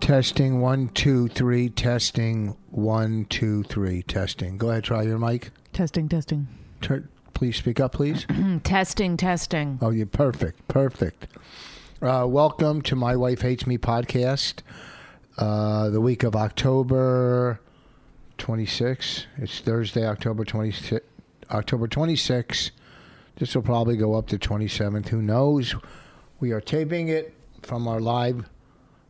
Testing one, two, three. Testing one, two, three. Testing. Go ahead, try your mic. Testing, testing. Tur please speak up, please. Mm, Testing, testing. Oh, you're perfect. Perfect. Uh, welcome to My Wife Hates Me podcast. Uh, the week of October 26. It's Thursday, October 26. October 26. This will probably go up to 27th. Who knows? We are taping it from our live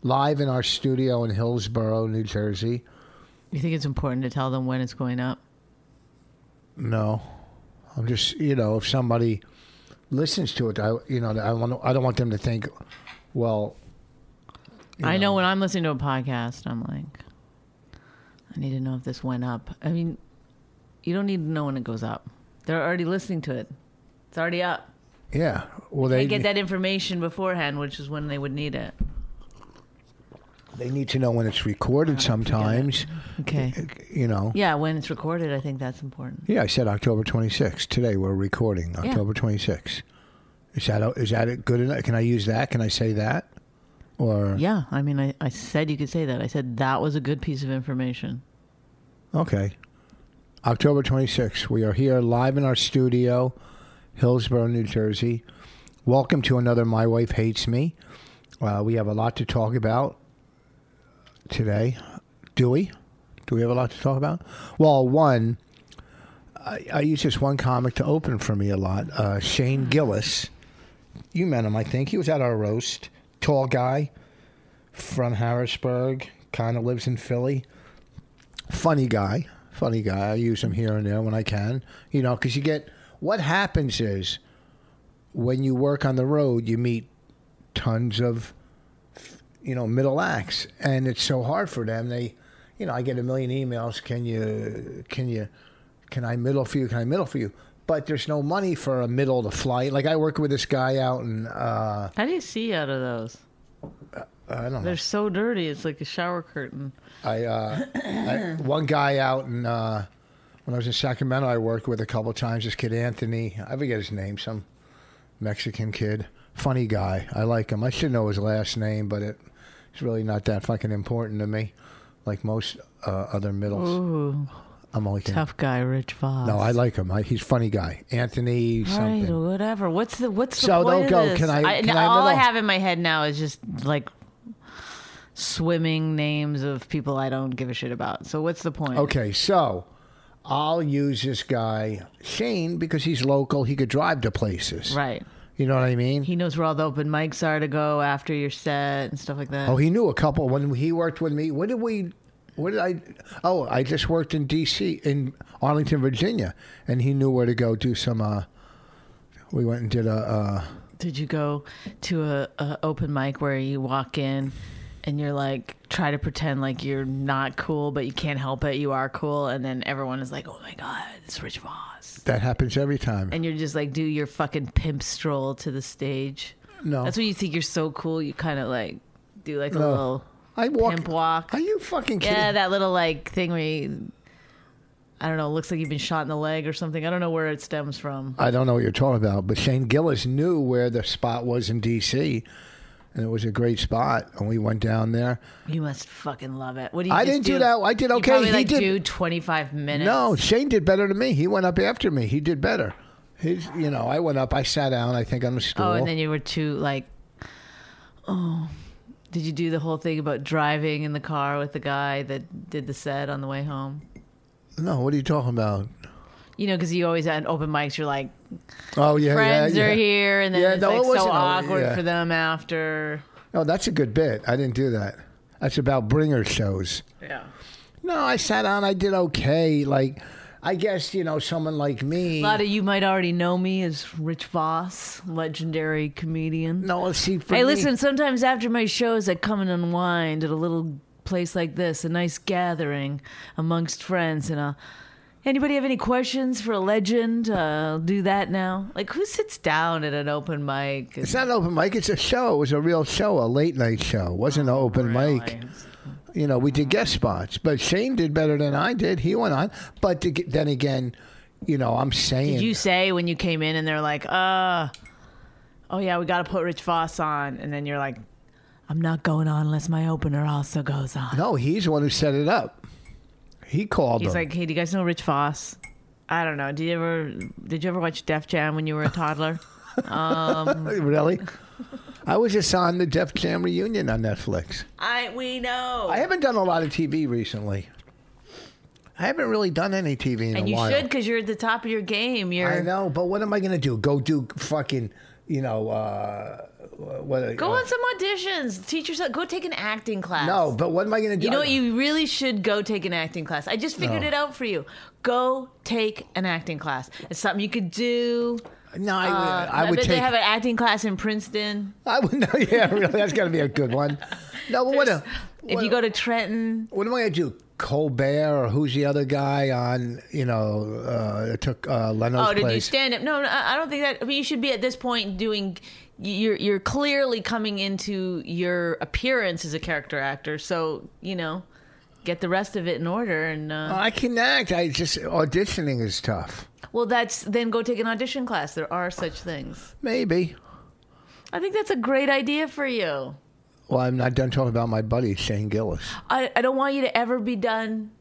live in our studio in Hillsborough, New Jersey. You think it's important to tell them when it's going up? No, I'm just you know if somebody listens to it, I you know I want I don't want them to think, well, I know when I'm listening to a podcast, I'm like, I need to know if this went up. I mean, you don't need to know when it goes up. They're already listening to it. It's already up. yeah, well They they get that information beforehand, which is when they would need it. they need to know when it's recorded sometimes, Okay. you know. Yeah, when it's recorded, I think that's important. Yeah, I said October 26th. Today we're recording October 26th. Is that is that good enough? Can I use that? Can I say that? Or Yeah, I mean, I, I said you could say that. I said that was a good piece of information. Okay. October 26th. We are here live in our studio, Hillsborough, New Jersey. Welcome to another My Wife Hates Me. Uh, we have a lot to talk about today. Do we? Do we have a lot to talk about? Well, one, I, I use this one comic to open for me a lot uh, Shane Gillis. You met him, I think. He was at our roast. Tall guy from Harrisburg, kind of lives in Philly funny guy, funny guy. I use him here and there when I can, you know, because you get what happens is when you work on the road, you meet tons of you know middle acts, and it's so hard for them. They, you know, I get a million emails. Can you? Can you? Can I middle for you? Can I middle for you? But there's no money for a middle to fly. Like I work with this guy out in uh, How do you see out of those? I don't know. They're so dirty. It's like a shower curtain. I, uh, I one guy out in uh, when I was in Sacramento, I worked with a couple of times. This kid Anthony, I forget his name, some Mexican kid, funny guy. I like him. I should know his last name, but it, it's really not that fucking important to me, like most uh, other middles. Ooh, I'm only kidding. tough guy, Rich Voss. No, I like him. I, he's a funny guy, Anthony Right, something. or whatever. What's the what's the So point don't go. Of this? Can I- can n- I all I middle? have in my head now is just like swimming names of people I don't give a shit about. So what's the point? Okay, so I'll use this guy Shane because he's local. He could drive to places. right. You know what I mean? He knows where all the open mics are to go after your set and stuff like that. Oh, he knew a couple when he worked with me. What did we? What did I? Oh, I just worked in D.C. in Arlington, Virginia, and he knew where to go do some. uh We went and did a. Uh, Did you go to a, a open mic where you walk in? And you're like, try to pretend like you're not cool, but you can't help it. You are cool. And then everyone is like, oh my God, it's Rich Voss. that happens every time. and you're just like do your fucking pimp stroll to the stage. No. that's when you think you're so cool. You kind of like do like a No. little I walk. pimp walk. Are you fucking kidding? yeah, that little like thing where you, I don't know, it looks like you've been shot in the leg or something. I don't know where it stems from. I don't know what you're talking about, but Shane Gillis knew where the spot was in D.C. And it was a great spot, and we went down there. You must fucking love it. What do you? I just didn't do that. I did You okay. probably He like did- do 25 minutes. No, Shane did better than me. He went up after me. He did better. He's, you know, I went up. I sat down. I think on the stool. Oh, and then you were too like, oh. Did you do the whole thing about driving in the car with the guy that did the set on the way home? No, what are you talking about? you know, because you always at open mics, you're like, Oh yeah, friends yeah, yeah. are here, and then Yeah, it's no, it like so wasn't always- awkward yeah. for them after. Oh, that's a good bit. I didn't do that. That's about bringer shows. Yeah. No, I sat on. I did okay. Like, I guess you know, someone like me. A lot of you might already know me as Rich Voss, legendary comedian. no, see, for hey, me- listen, sometimes after my shows, I come and unwind at a little place like this, a nice gathering amongst friends. And I'll, anybody have any questions for a legend? Uh, I'll do that now. Like, who sits down at an open mic? It's not an open mic. It's a show. It was a real show, a late night show. It wasn't an open mic. You know, we did guest spots, but Shane did better than I did. He went on, but to get, then again, you know, I'm saying Did you say when you came in and they're like, uh, oh yeah, we got to put Rich Voss on. And then you're like, I'm not going on unless my opener also goes on. no. He's the one who set it up. He called. He's them. like, hey, do you guys know Rich Voss? I don't know. Did you ever did you ever watch Def Jam when you were a toddler? really? I was just on the Def Jam reunion on Netflix. I we know. I haven't done a lot of TV recently. I haven't really done any TV in and a you while. should because you're at the top of your game. I You're know, but what am I going to do? Go do fucking, you know, uh, what? go uh, on some auditions. Teach yourself. Go take an acting class. No, but what am I going to do? You know what? You really should go take an acting class. I just figured No. it out for you. Go take an acting class. It's something you could do. No, I, Uh, I would bet take. they have an acting class in Princeton. I would. No, yeah, really, that's got to be a good one. No, but what? a- If what- you go to Trenton, what am I going to do? Colbert or who's the other guy on? You know, uh, that took uh, Leno's Oh, did you place. stand up? No, no, I I don't think that. I mean, you should be at this point doing. You're you're clearly coming into your appearance as a character actor, so you know, get the rest of it in order, and uh, I can act. I just auditioning is tough. well, that's then go take an audition class. There are such things. Maybe. I think that's a great idea for you. Well, I'm not done talking about my buddy Shane Gillis. I I don't want you to ever be done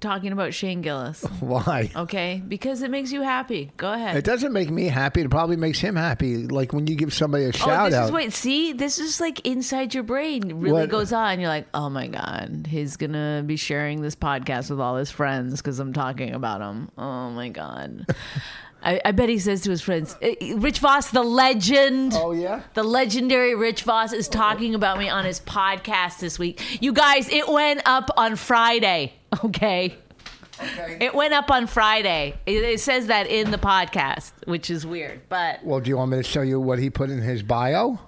talking about Shane Gillis, Why? okay? Because it makes you happy. Go ahead. It doesn't make me happy. It probably makes him happy. Like when you give somebody a shout oh, this out. is wait. See, this is like inside your brain. Really What- goes on. You're like, oh my god, he's gonna be sharing this podcast with all his friends because I'm talking about him. Oh my god. I, I bet he says to his friends, "Eh, eh, Rich Voss, the legend. Oh, yeah? The legendary Rich Voss is talking about me on his podcast this week. You guys, it went up on Friday, okay? It went up on Friday. It, it says that in the podcast, which is weird, but well, do you want me to show you what he put in his bio?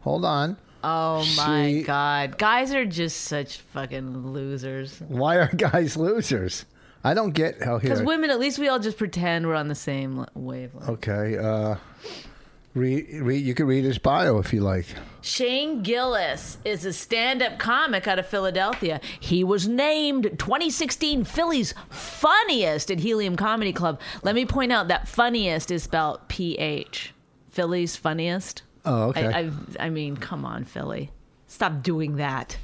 Hold on. Oh my She- god. Guys are just such fucking losers. Why are guys losers? I don't get how here. Cuz women at least we all just pretend we're on the same l- wavelength. okay. Uh, read, read. You can read his bio if you like. Shane Gillis is a stand-up comic out of Philadelphia. He was named 2016 Philly's funniest at Helium Comedy Club. Let me point out that funniest is spelled PH. Philly's funniest. Oh, okay. I, I've, I mean, come on, Philly. Stop doing that.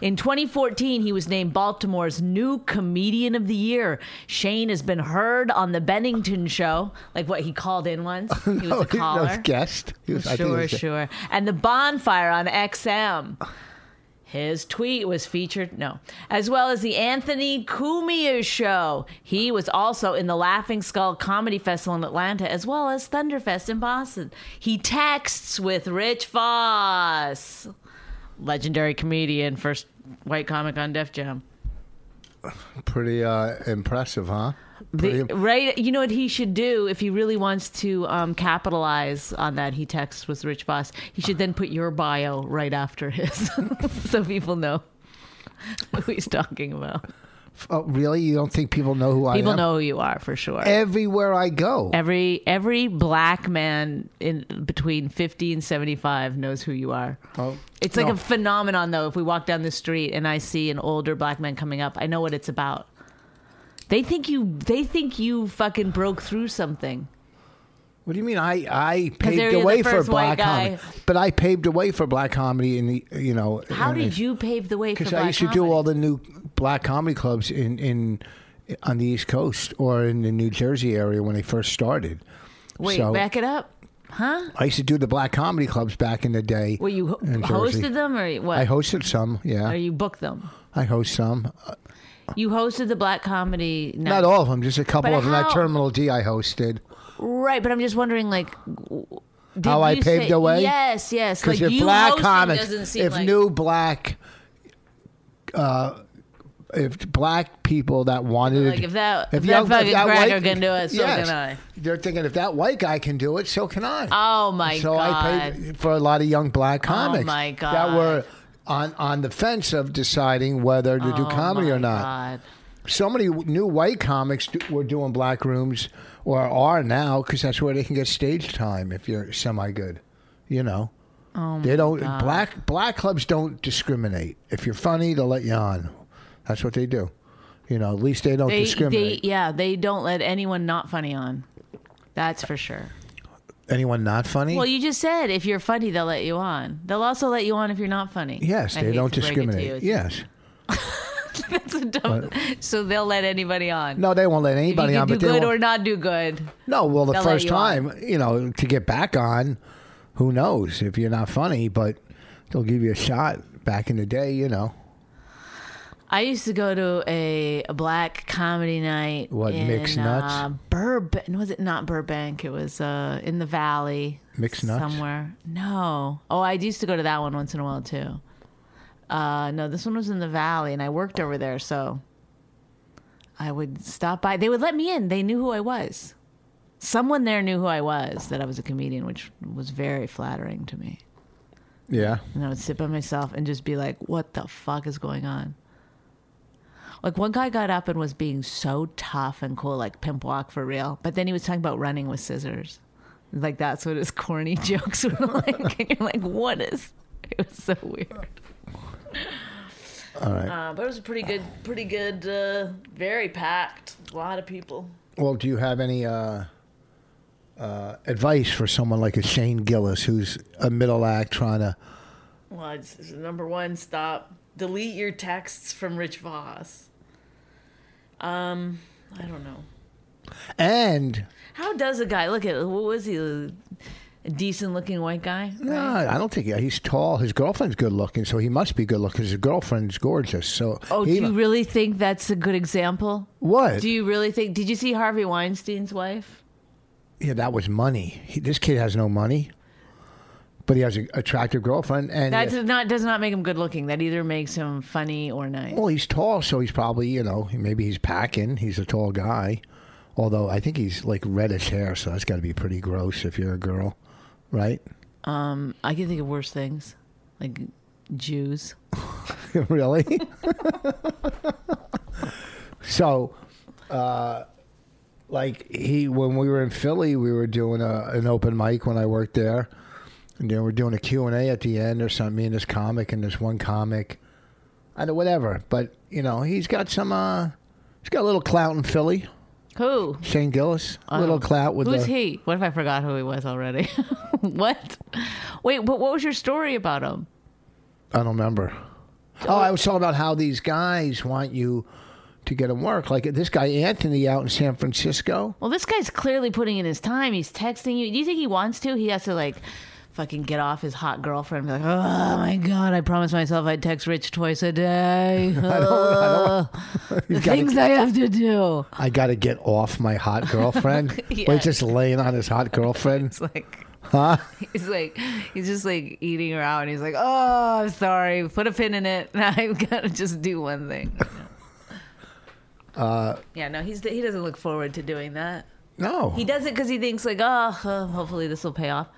In 2014, he was named Baltimore's new comedian of the year. Shane has been heard on the Bennington show, like what he called in once. He was No, a caller. No, guest. He was- I think he Sure, was- sure. And the bonfire on XM. His tweet was featured, no, as well as the Anthony Cumia show. He was also in the Laughing Skull Comedy Festival in Atlanta, as well as Thunderfest in Boston. He texts with Rich Voss, legendary comedian, first white comic on Def Jam. Pretty uh, impressive, huh? The, Pretty- right, you know what he should do if he really wants to um, capitalize on that. He texts with Rich Voss. He should then put your bio right after his, so people know who he's talking about. oh, really? You don't think people know who I am? People know who you are for sure. Everywhere I go. Every every black man in between fifty and seventy five knows who you are. Oh, It's like no. a phenomenon, though. If we walk down the street and I see an older black man coming up, I know what it's about. They think you. They think you fucking broke through something. What do you mean? I I they're paved the the way for first black white guy. comedy, but I paved the way for black comedy in the you know. How in did the- you pave the way for Because black I used to do all the new black comedy clubs in in on the East Coast or in the New Jersey area when they first started. Wait, so- back it up. I used to do the black comedy clubs back in the day. Well, you ho- in hosted Jersey. uh, them or you- what? I hosted some. Yeah, or you booked them? I host some. Uh, You hosted the black comedy night. Not all of them, just a couple But of them that how- Terminal D I hosted. Right, but I'm just wondering, like, w- did How I you paved say- the way? Yes, yes. Because Like you if black hosting comics, doesn't seem if like, new black, uh, if black people that wanted, Like, if that- if that young- fucking white- cracker can do it, so yes. can I. They're thinking if that white guy can do it, so can I. Oh my so I god! Oh paid for a lot of young black comics. my That God. were on on the fence of deciding whether to do Oh comedy my or not. God. So many new white comics do, were doing black rooms or are now because that's where they can get stage time if you're semi good, you know. Oh they don't black black clubs don't discriminate. If you're funny, they'll let you on. That's what they do. You know, at least they don't They, they, discriminate. yeah, they don't let anyone not funny on. That's for sure. Anyone not funny? Well, you just said if you're funny, they'll let you on. They'll also let you on if you're not funny. yes, I they hate don't to break it to you. discriminate. It's- Yes. that's a dumb. So they'll let anybody on. No, they won't let if you anybody can on. do But they good won't- or not do good. No, well, the They'll let first you on. time, you know, to get back on, who knows if you're not funny, but they'll give you a shot. Back in the day, you know, I used to go to a, a black comedy night. What, in, Mixed Nuts? Uh, Burbank was it not Burbank? It was uh, in the Valley. Mixed Nuts? somewhere. No. Oh, I used to go to that one once in a while too. Uh, no, this one was in the Valley, and I worked over there, so I would stop by. They would let me in. They knew who I was. Someone there knew who I was, that I was a comedian, which was very flattering to me. yeah. And I would sit by myself and just be like, what the fuck is going on? Like one guy got up and was being so tough and cool, like pimp walk for real. But then he was talking about running with scissors. Like that's what his corny jokes were like. and you're like, what is it was so weird. All right. Uh, but it was a pretty good, pretty good, uh, very packed. A lot of people. Well, do you have any uh, uh, advice for someone like a Shane Gillis, who's a middle act trying to? Well, it's, it's number one, stop. Delete your texts from Rich Voss. Um, I don't know. And How does a guy look at? What was he? A decent looking white guy. no, I don't think yeah, he's tall. His girlfriend's good looking, so he must be good looking. His girlfriend's gorgeous. So Oh, he- do you really think that's a good example? what? Do you really think? Did you see Harvey Weinstein's wife? yeah, that was money. He, this kid has no money, but he has an attractive girlfriend, and That does not does not make him good looking. That either makes him funny or nice. Well, he's tall, so he's probably you know maybe he's packing. He's a tall guy, although I think he's like reddish hair, so that's got to be pretty gross if you're a girl, right? Um, I can think of worse things, like Jews. really? so, uh, like he when we were in Philly, we were doing a, an open mic when I worked there, and then we're doing a Q and A at the end or something. Me and this comic and this one comic, I know whatever, but you know he's got some. uh He's got a little clout in Philly. Who? Shane Gillis, little clout with Who's the, he? What if I forgot who he was already? what? Wait, but what was your story about him? I don't remember. Oh, I was talking about how these guys want you to get them work. Like this guy Anthony out in San Francisco. Well, this guy's clearly putting in his time. He's texting you. Do you think he wants to? He has to like fucking get off his hot girlfriend and be like, "Oh my god, I promised myself I'd text Rich twice a day." Uh, the gotta- things I have to do. I got to get off my hot girlfriend. Yeah. Wait, just laying on his hot girlfriend. It's like He's like he's just like eating her out and he's like, "Oh, I'm sorry. Put a pin in it. I've got to just do one thing." yeah, no, he's he doesn't look forward to doing that. No. He does it cuz he thinks like, "Oh, uh, hopefully this will pay off."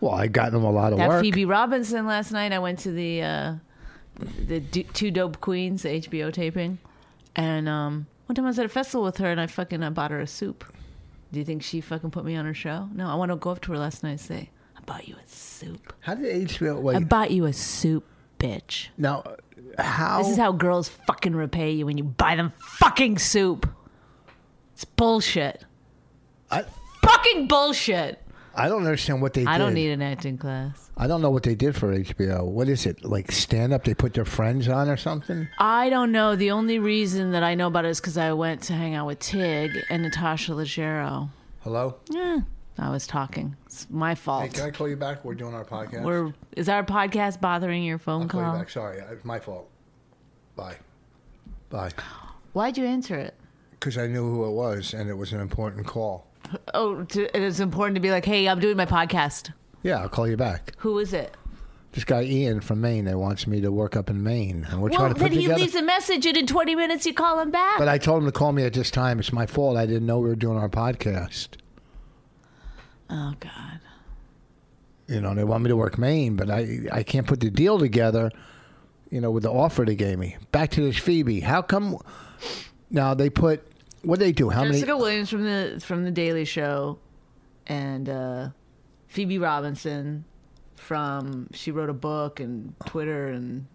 Well, I got him a lot of That work. Phoebe Robinson last night. I went to the uh, the D- two dope queens the HBO taping, and um, one time I was at a festival with her, and I fucking I bought her a soup. Do you think she fucking put me on her show? No, I want to go up to her last night and say, "I bought you a soup. How did HBO? I Wait, bought you a soup, bitch. now how? This Oh. is how girls fucking repay you when you buy them fucking soup. It's bullshit. I, Fucking bullshit. I don't understand what they. I don't did. need an acting class." I don't know what they did for HBO. What is it like? Stand up? They put their friends on or something? I don't know. The only reason that I know about it is because I went to hang out with Tig and Natasha Leggero. Hello. Yeah, I was talking. It's my Hey, fault. can I call you back? We're doing our podcast. We're is our podcast bothering your phone I'll call you call? back. Sorry, it's my fault. Bye. Bye. Why'd you answer it? Because I knew who it was, and it was an important call. Oh, to, it is important to be like, hey, I'm doing my podcast. Yeah, I'll call you back. Who is it? This guy Ian from Maine that wants me to work up in Maine, and we're well, trying to put then he together. leaves a message, and in 20 minutes you call him back. but I told him to call me at this time. It's my fault. I didn't know we were doing our podcast. oh God. You know, they want me to work Maine, but I I can't put the deal together. You know, with the offer they gave me. Back to this Phoebe. How come? Now they put what they do? How many? Jessica Williams from the from the Daily Show, and uh, Phoebe Robinson from she wrote a book and Twitter and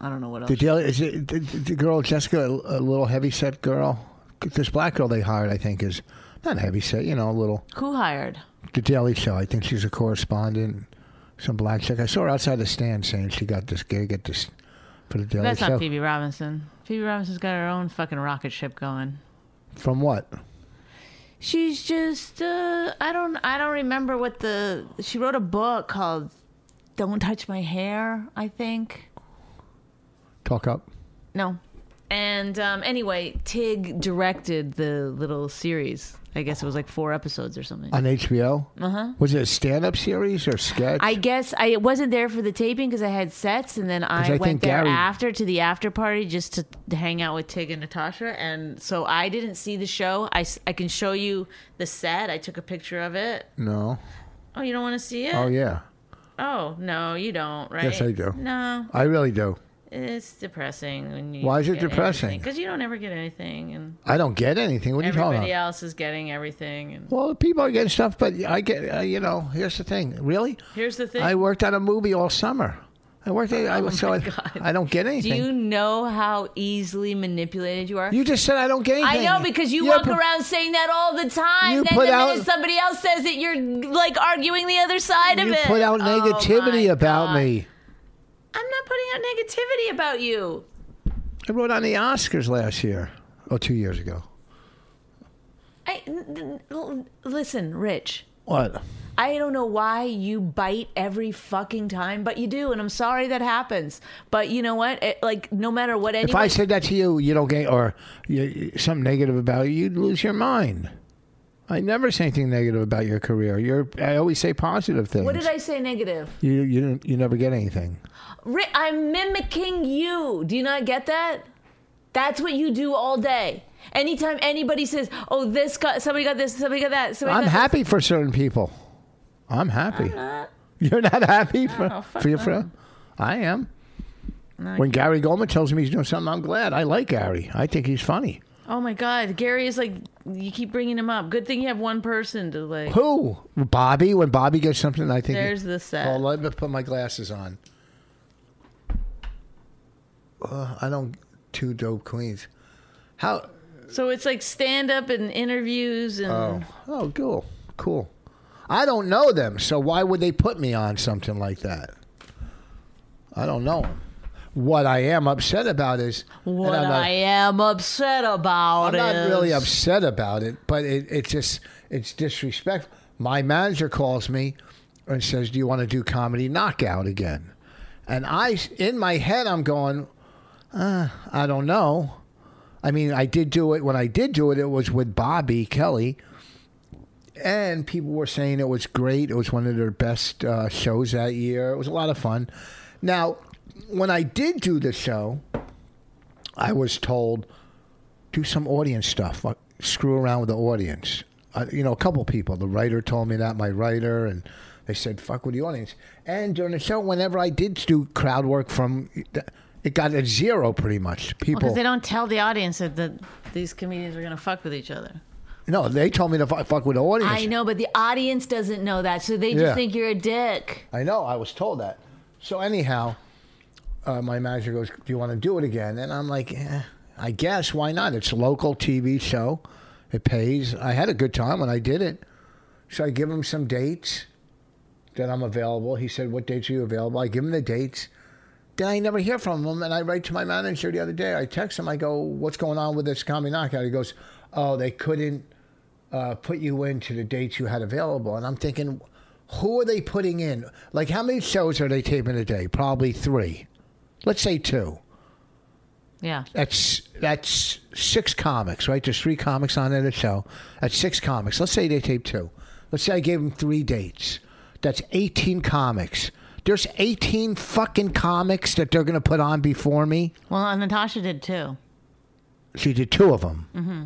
I don't know what else. The daily is it, the, the girl Jessica, a little heavy set girl. This black girl they hired, I think, is not heavy set. You know, a little. Who hired? The Daily Show. I think she's a correspondent. Some black chick. I saw her outside the stand saying she got this gig at this for the Daily That's Show. not Phoebe Robinson. Phoebe Robinson's got her own fucking rocket ship going. From what? She's just uh, I don't I don't remember what the she wrote a book called "Don't Touch My Hair" I think. Talk up. No. And um, anyway, Tig directed the little series. I guess it was like four episodes or something. On HBO? Uh huh. Was it a stand up series or sketch? Uh-huh. I guess I wasn't there for the taping because I had sets, and then I, I went think there Gary- after to the after party just to hang out with Tig and Natasha. And so I didn't see the show. I, s- I can show you the set. I took a picture of it. no. Oh, you don't want to see it? Oh, yeah. Oh, no, you don't, right? Yes, I do. No, I really do. it's depressing. When you Why is it depressing? Because you don't ever get anything, and I don't get anything. What are you talking everybody about? else is getting everything. And Well, people are getting stuff, but I get, uh, you know, here's the thing. Really? Here's the thing. Oh I worked on a movie all summer. I worked on, I, so I, I don't get Do anything. you know how easily manipulated you are? You just said I don't get I anything. know because you You're walk pro- around saying that all the time. You then put the out- minute somebody else says it, you're like arguing the other side of You it. put out Oh, negativity my about God. me. I'm not putting out negativity about you. I wrote on the Oscars last year, or two years ago. I n- n- listen, Rich. What? I don't know why you bite every fucking time, but you do, and I'm sorry that happens. But you know what? It, like, no matter what anyone If I said that to you, you don't get, or you- you, something negative about you, you'd lose your mind. I never say anything negative about your career. You're, I always say positive things. what did I say negative? You, you, didn't- you never get anything. Ri- I'm mimicking you. Do you not get that? That's what you do all day. Anytime anybody says, "Oh, this got somebody got this, somebody got that," Ah. somebody I'm got happy for certain people. I'm happy. This. Not- You're not happy for, No, fuck for your no. friend? I am. When Gary Goldman tells me he's doing something, I'm glad. I like Gary. I think he's funny. Oh my God, Gary is like you keep bringing him up. Good thing you have one person to like. Who? Bobby. When Bobby gets something, I think. There's the set. Oh, let me put my glasses on. Uh, I don't two dope queens. How? So it's like stand up and interviews and Oh, oh, cool, cool. I don't know them, so why would they put me on something like that? I don't know. 'em. What I am upset about is and what I'm not- I am upset about I'm not is really upset about it, but it, it's just it's disrespectful. My manager calls me and says, "Do you want to do comedy knockout again?" And I, in my head, I'm going, uh, "I don't know." I mean, I did do it. When I did do it, it was with Bobby Kelly, and people were saying it was great. It was one of their best uh, shows that year. It was a lot of fun. Now, when I did do the show, I was told do some audience stuff. Like, screw around with the audience. Uh, you know, a couple people. The writer told me that. My writer and they said, "Fuck with the audience." And during the show, whenever I did do crowd work from, it got a zero pretty much. People because Oh, they don't tell the audience that the, these comedians are gonna fuck with each other. no, they told me to fu- fuck with the audience. I know, but the audience doesn't know that, so they just Yeah. think you're a dick. I know. I was told that. So anyhow, uh, my manager goes, "Do you want to do it again?" And I'm like, eh, "I guess. Why not? It's a local TV show. It pays. I had a good time when I did it." So I give him some dates that I'm available. He said, "What dates are you available?" I give him the dates. Then I never hear from him, and I write to my manager the other day. I text him. I go, "What's going on with this comedy knockout?" He goes, "Oh, they couldn't." uh, put you into the dates you had available. And I'm thinking, who are they putting in? Like, how many shows are they taping a day? Probably three. Let's say two. Yeah. That's that's six comics, right? There's three comics on at a show. That's six comics. Let's say they tape two. Let's say I gave them three dates. That's 18 comics. There's 18 fucking comics that they're going to put on before me. Well, and Natasha did too. She did two of them. Mm-hmm.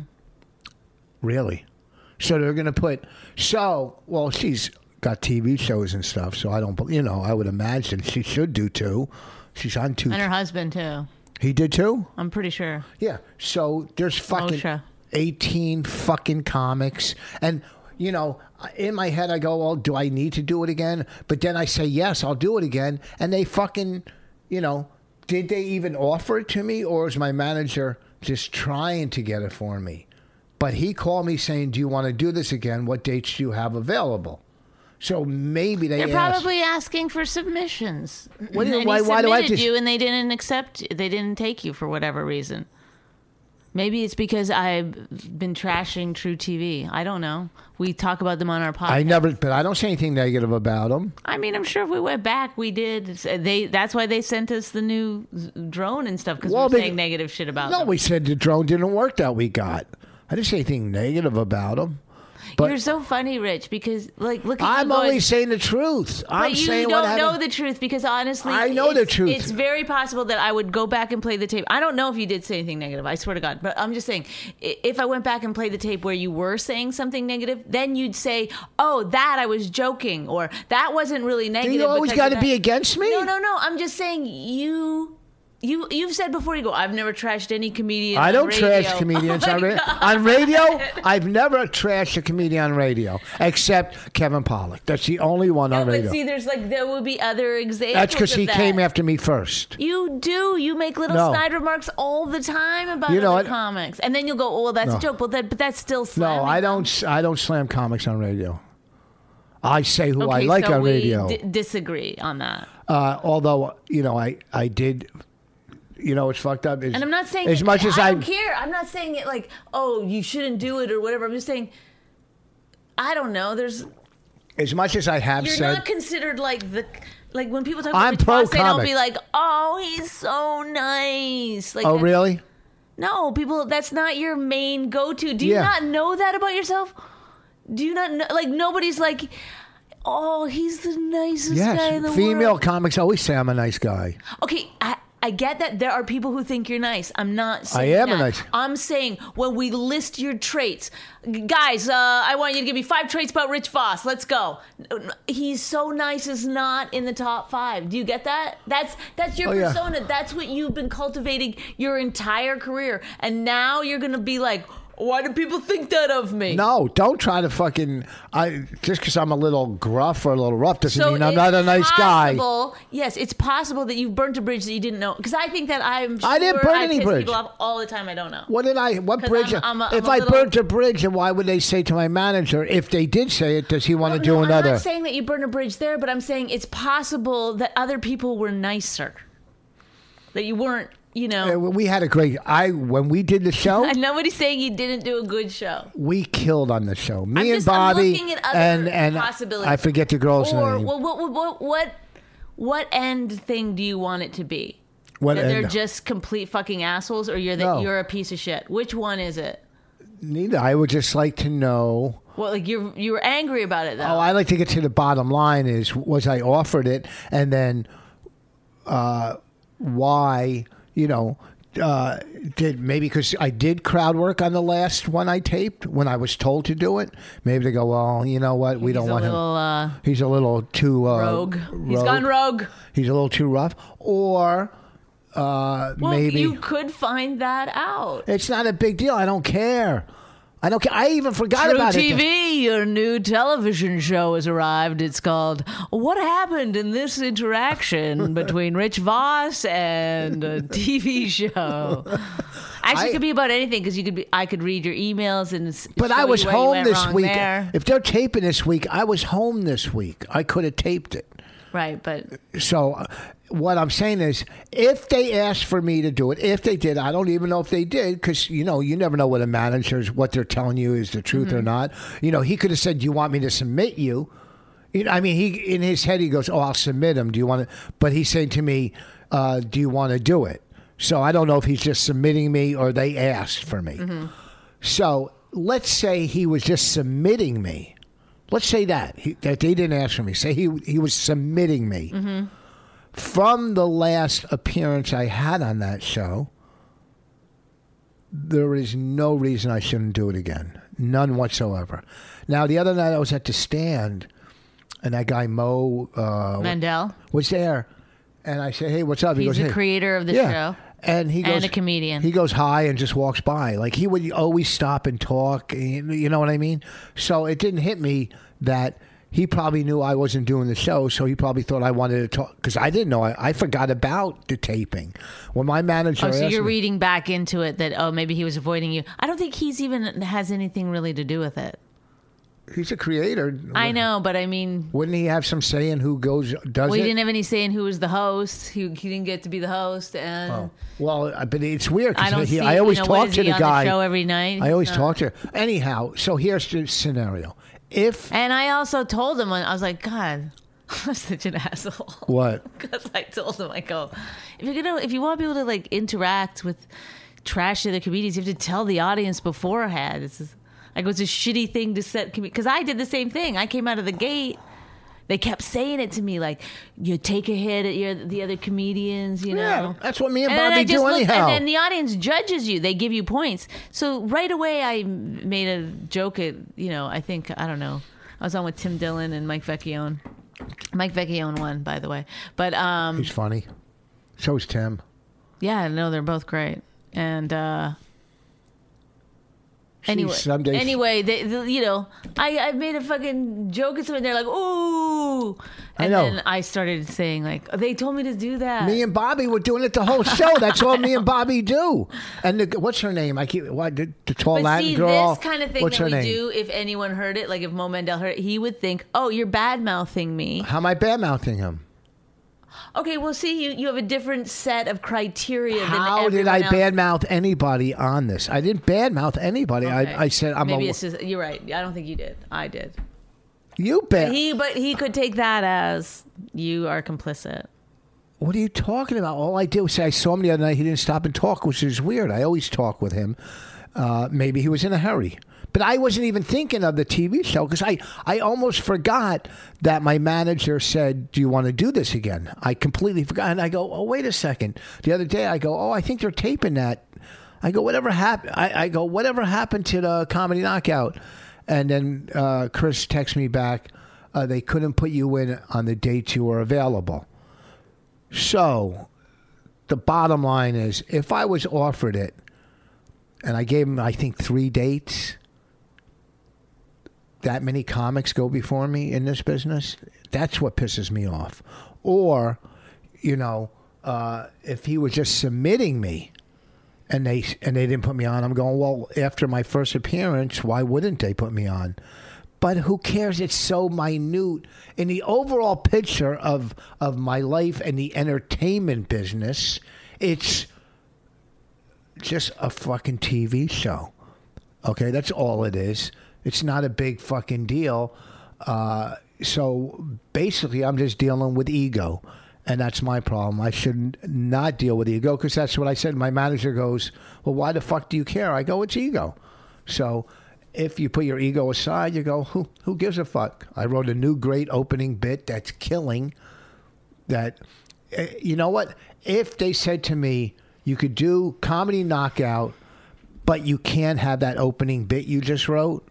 Really? So they're going to put. So, well, she's got TV shows and stuff. So I don't, bel- you know, I would imagine she should do two. She's on two. And her husband too. he did two? I'm pretty sure. Yeah. So there's fucking Moshe. 18 fucking comics. And, you know, in my head, I go, well, do I need to do it again? But then I say, yes, I'll do it again. And they fucking, you know, did they even offer it to me or is my manager just trying to get it for me? But he called me saying, do you want to do this again? What dates do you have available? So maybe they They're asked- probably asking for submissions. What do you- and why- he why do I have submitted to- you and they didn't accept they didn't take you for whatever reason. Maybe it's because I've been trashing True TV. I don't know. We talk about them on our podcast. I never, but I don't say anything negative about them. I mean, I'm sure if we went back, we did. They that's why they sent us the new drone and stuff because Well, we they- were saying negative shit about No, them. we said the drone didn't work that we got. I didn't say anything negative about them. But You're so funny, Rich, because like look. At I'm you going- only saying the truth. But I'm you saying don't what happened. know the truth because honestly, I know the it's- truth. It's very possible that I would go back and play the tape. I don't know if you did say anything negative. I swear to God, but I'm just saying, i- if I went back and played the tape where you were saying something negative, then you'd say, "Oh, that I was joking," or "That wasn't really negative." you always because got of to be that." against me? No, no, no. I'm just saying you. You you've said before you go. I've never trashed any comedian. I on don't trash radio." comedians Oh my on, ra- God. on radio. I've never trashed a comedian on radio except Kevin Pollak. That's the only one on But radio. see, there's like there will be other examples. That's because of he that. came after me first. You do. You make little No. snide remarks all the time about You know other what? comics, and then you'll go, "Oh, well, that's No. a joke." Well, that, but that's still No, slamming. I don't. s- I don't slam comics on radio. I say who Okay, I like so on we radio. d- disagree on that. Uh, although you know, I I did. You know, it's fucked up. And I'm not saying as it- much as I I don't care. I'm not saying it like, "Oh, you shouldn't do it" or whatever. I'm just saying, I don't know. There's as much as I have you're said. not considered like the like when people talk about I'm Rich pro Voss, they don't comic. be like, "Oh, he's so nice." Like, oh that's- really? No, people, that's not your main go to. Do you Yeah. not know that about yourself? Do you not know? Like, nobody's like, oh, he's the nicest guy in the Yes, female world. comics always say I'm a nice guy. Okay, I, I get that there are people who think you're nice. I'm not saying am a that. nice- I'm saying when we list your traits, g- guys, uh, I want you to give me five traits about Rich Voss. Let's go. He's so nice is not in the top five. Do you get that? That's that's your Oh, yeah. persona. That's what you've been cultivating your entire career, and now you're gonna be like, why do people think that of me? No, don't try to fucking. I just because I'm a little gruff or a little rough doesn't mean I'm it's not a nice guy. possible- Yes, it's possible that you've burnt a bridge that you didn't know. Because I think that I'm. Sure I didn't burn I any piss bridge. People off all the time. I don't know. What did I? What 'Cause bridge? I'm- I'm a- if I'm a I little- burnt a bridge, and why would they say to my manager if they did say it? Does he want to do No, another? I'm not saying that you burn a bridge there, but I'm saying it's possible that other people were nicer. That you weren't. You Uh, know. we had a great. I when we did the show, And nobody's saying you didn't do a good show. we killed on the show. Me I'm and just- I'm Bobby looking at other and and possibilities. I forget the girl's Or name. what, what, what, what, what, what end thing do you want it to be? What That they're end? just complete fucking assholes, or you're that No. you're a piece of shit. Which one is it? Neither. I would just like to know. Well, like you're you were angry about it though. Oh, I like to get to the bottom line: is was I offered it, and then uh, why? You know, uh, did maybe because I did crowd work on the last one I taped when I was told to do it. Maybe they go, well, you know what? We He's don't a want him. little, uh, He's a little too uh, rogue. He's gone rogue. He's a little too rough, or uh, Well, maybe you could find that out. It's not a big deal. I don't care. I don't care. I even forgot True about it. TV, your new television show has arrived. It's called "What Happened in This Interaction Between Rich Voss and a TV Show." Actually, I- it could be about anything because you could be. I could read your emails and. s- But show I you was where you home went this wrong week. there. If they're taping this week, I was home this week. I could have taped it. right? But So uh, what I'm saying is, if they asked for me to do it, if they did, I don't even know if they did because you know you never know what a manager's what they're telling you is the truth or not. You know, he could have said, "Do you want me to submit you?" You know, I mean, he in his head he goes, "Oh, I'll submit him." Do you want to? But he's saying to me, uh, "Do you want to do it?" So I don't know if he's just submitting me or they asked for me. So let's say he was just submitting me. Let's say that he, that they didn't ask for me. Say he he was submitting me from the last appearance I had on that show. There is no reason I shouldn't do it again. None whatsoever. Now the other night I was at the stand, and that guy Mo uh, Mandel. was there, and I said, "Hey, what's up?" He's "Hey." the creator of the Yeah. show. And he goes, And a comedian. He goes hi and just walks by. Like he would always stop and talk. You you know what I mean? So it didn't hit me that he probably knew I wasn't doing the show. So he probably thought I wanted to talk because I didn't know. I, I forgot about the taping when my manager. Oh, so asked you're me- reading back into it that oh maybe he was avoiding you. I don't think he's even has anything really to do with it. He's a creator. I know, but I mean, Wouldn't he have some say in who goes does well, he it? didn't have any say in who was the host. He, he didn't get to be the host, and Oh. Well, I- but it's weird. 'cause I don't he- see. I always you know, what talk is to he the on guy. the show every night. I always No. talk to. Anyhow, so here's the scenario. If And I also told him, I was like, God, I'm such an asshole. what? Because I told him, I go, if you're gonna, if you want people to like interact with trash other comedians, you have to tell the audience beforehand. This is, I go, it's a shitty thing to set because I did the same thing. I came out of the gate. They kept saying it to me, like you take a hit at your the other comedians, you know. Yeah, that's what me and, then Bobby I do just looked- anyhow. And then the audience judges you; they give you points. So right away, I m- made a joke at you know. I think I don't know. I was on with Tim Dillon and Mike Vecchione. Mike Vecchione won, by the way. But um, He's funny. So is Tim. yeah, no, they're both great. And uh, anyway, someday- anyway, they, the you know, I, I made a fucking joke at someone. They're like, "Ooh," I and know. then I started saying like, "They told me to do that." Me and Bobby were doing it the whole show. That's all me and Bobby do. And the, what's her name? I keep what the, the tall But Latin see, girl. this kind of thing what's that her we name? do, if anyone heard it, like if Mo Mandel heard it, he would think, "Oh, you're bad mouthing me." How am I bad mouthing him? Okay, well, see, you you have a different set of criteria. How than did I everyone else. badmouth anybody on this? I didn't badmouth anybody. Okay. I, I said I'm Maybe a it's just you're right. I don't think you did. I did. you bad. He, but he could take that as you are complicit. What are you talking about? All I did was say I saw him the other night. He didn't stop and talk, which is weird. I always talk with him. Uh, maybe he was in a hurry. But I wasn't even thinking of the TV show because I, I almost forgot that my manager said, Do you want to do this again? I completely forgot. And I go, Oh, wait a second. The other day I go, Oh, I think they're taping that. I go, Whatever happened? I, I go, Whatever happened to the comedy knockout? And then uh, Chris texts me back, uh, They couldn't put you in on the dates you were available. So, the bottom line is, if I was offered it, and I gave him, I think, three dates, that many comics go before me in this business. That's what pisses me off. Or, you know, uh, if he was just submitting me, and they and they didn't put me on. I'm going well after my first appearance. Why wouldn't they put me on? But who cares? It's so minute in the overall picture of of my life and the entertainment business. It's just a fucking TV show. Okay, that's all it is. It's not a big fucking deal. Uh, so basically, I'm just dealing with ego, and that's my problem. I should not deal with ego because that's what I said. My manager goes, "Well, why the fuck do you care?" I go, "It's ego." So if you put your ego aside, you go, "Who who gives a fuck?" I wrote a new great opening bit that's killing that eh, you know what if they said to me you could do comedy knockout but you can't have that opening bit you just wrote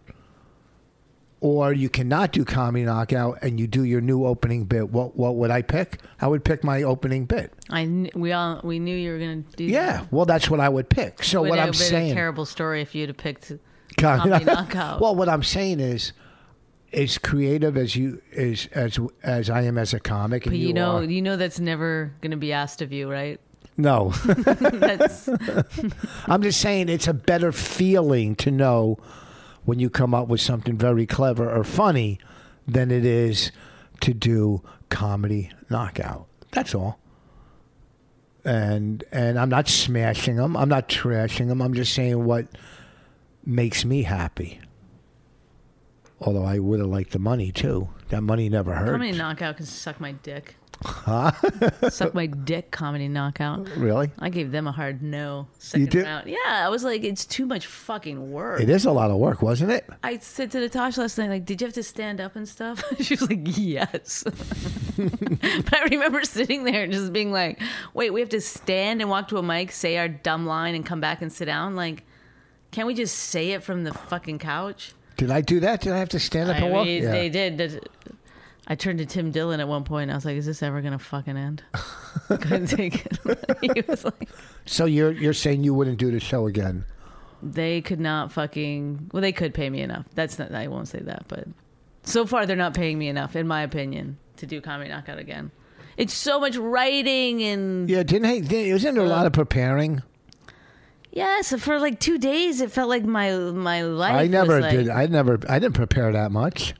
or you cannot do comedy knockout and you do your new opening bit what what would i pick i would pick my opening bit I kn- we all we knew you were gonna do. yeah well that's what i would pick so Would what have i'm been a saying terrible story if you'd have picked. Comedy Comedy knockout. knockout. Well, what I'm saying is, as creative as you is as as I am as a comic, But and you, you, know, are- you know that's never gonna be asked of you, right? no, That's I'm just saying it's a better feeling to know when you come up with something very clever or funny than it is to do comedy knockout. That's all. And and I'm not smashing them. I'm not trashing them. I'm just saying what makes me happy. Although I would have liked the money too. That money never hurt. comedy knockout can suck my dick. Suck my dick comedy knockout. Really? I gave them a hard no second did? round. Yeah, I was like, it's too much fucking work. It is a lot of work, wasn't it? I said to Natasha last night, like, did you have to stand up and stuff? she was like, yes. but I remember sitting there and just being like, wait, we have to stand and walk to a mic, say our dumb line, and come back and sit down. Like, can't we just say it from the fucking couch? Did I do that? Did I have to stand up I and walk? mean, Yeah. they did. That- I turned to Tim Dillon at one point. I was like, is this ever going to fucking end? Couldn't take it. he was like, So you're you're saying you wouldn't do the show again? they could not fucking well they could pay me enough that's not i won't say that but so far they're not paying me enough in my opinion to do comedy knockout again it's so much writing and Yeah, didn't I? Didn't, wasn't there a lot of preparing? yes for like two days it felt like my my life I never was like, did. I never. I didn't prepare that much.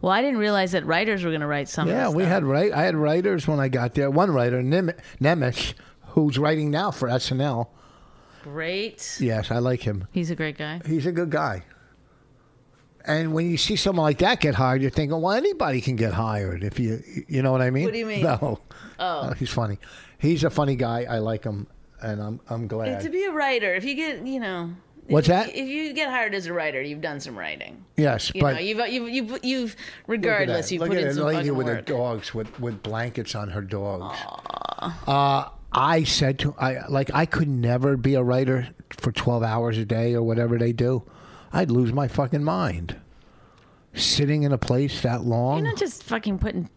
well i didn't realize that writers were going to write some of Yeah, this we stuff. had right. I had writers when I got there. One writer, Nem- Nemeth, who's writing now for SNL. great Yes, I like him. he's a great guy He's a good guy. And when you see someone like that get hired, you're thinking, well, anybody can get hired if you, you know what I mean? What do you mean? No. Oh, he's funny. He's a funny guy. I like him, and I'm I'm glad. to be a writer if you get you know What's if- that? if you get hired as a writer you've done some writing yes, you but know you've you've you've, you've look at regardless that. you look put at in that some lady fucking with her work dogs with with blankets on her dogs. Uh, I said to I like I could never be a writer for twelve hours a day or whatever they do. I'd lose my fucking mind. Sitting in a place that long. You're not just fucking putting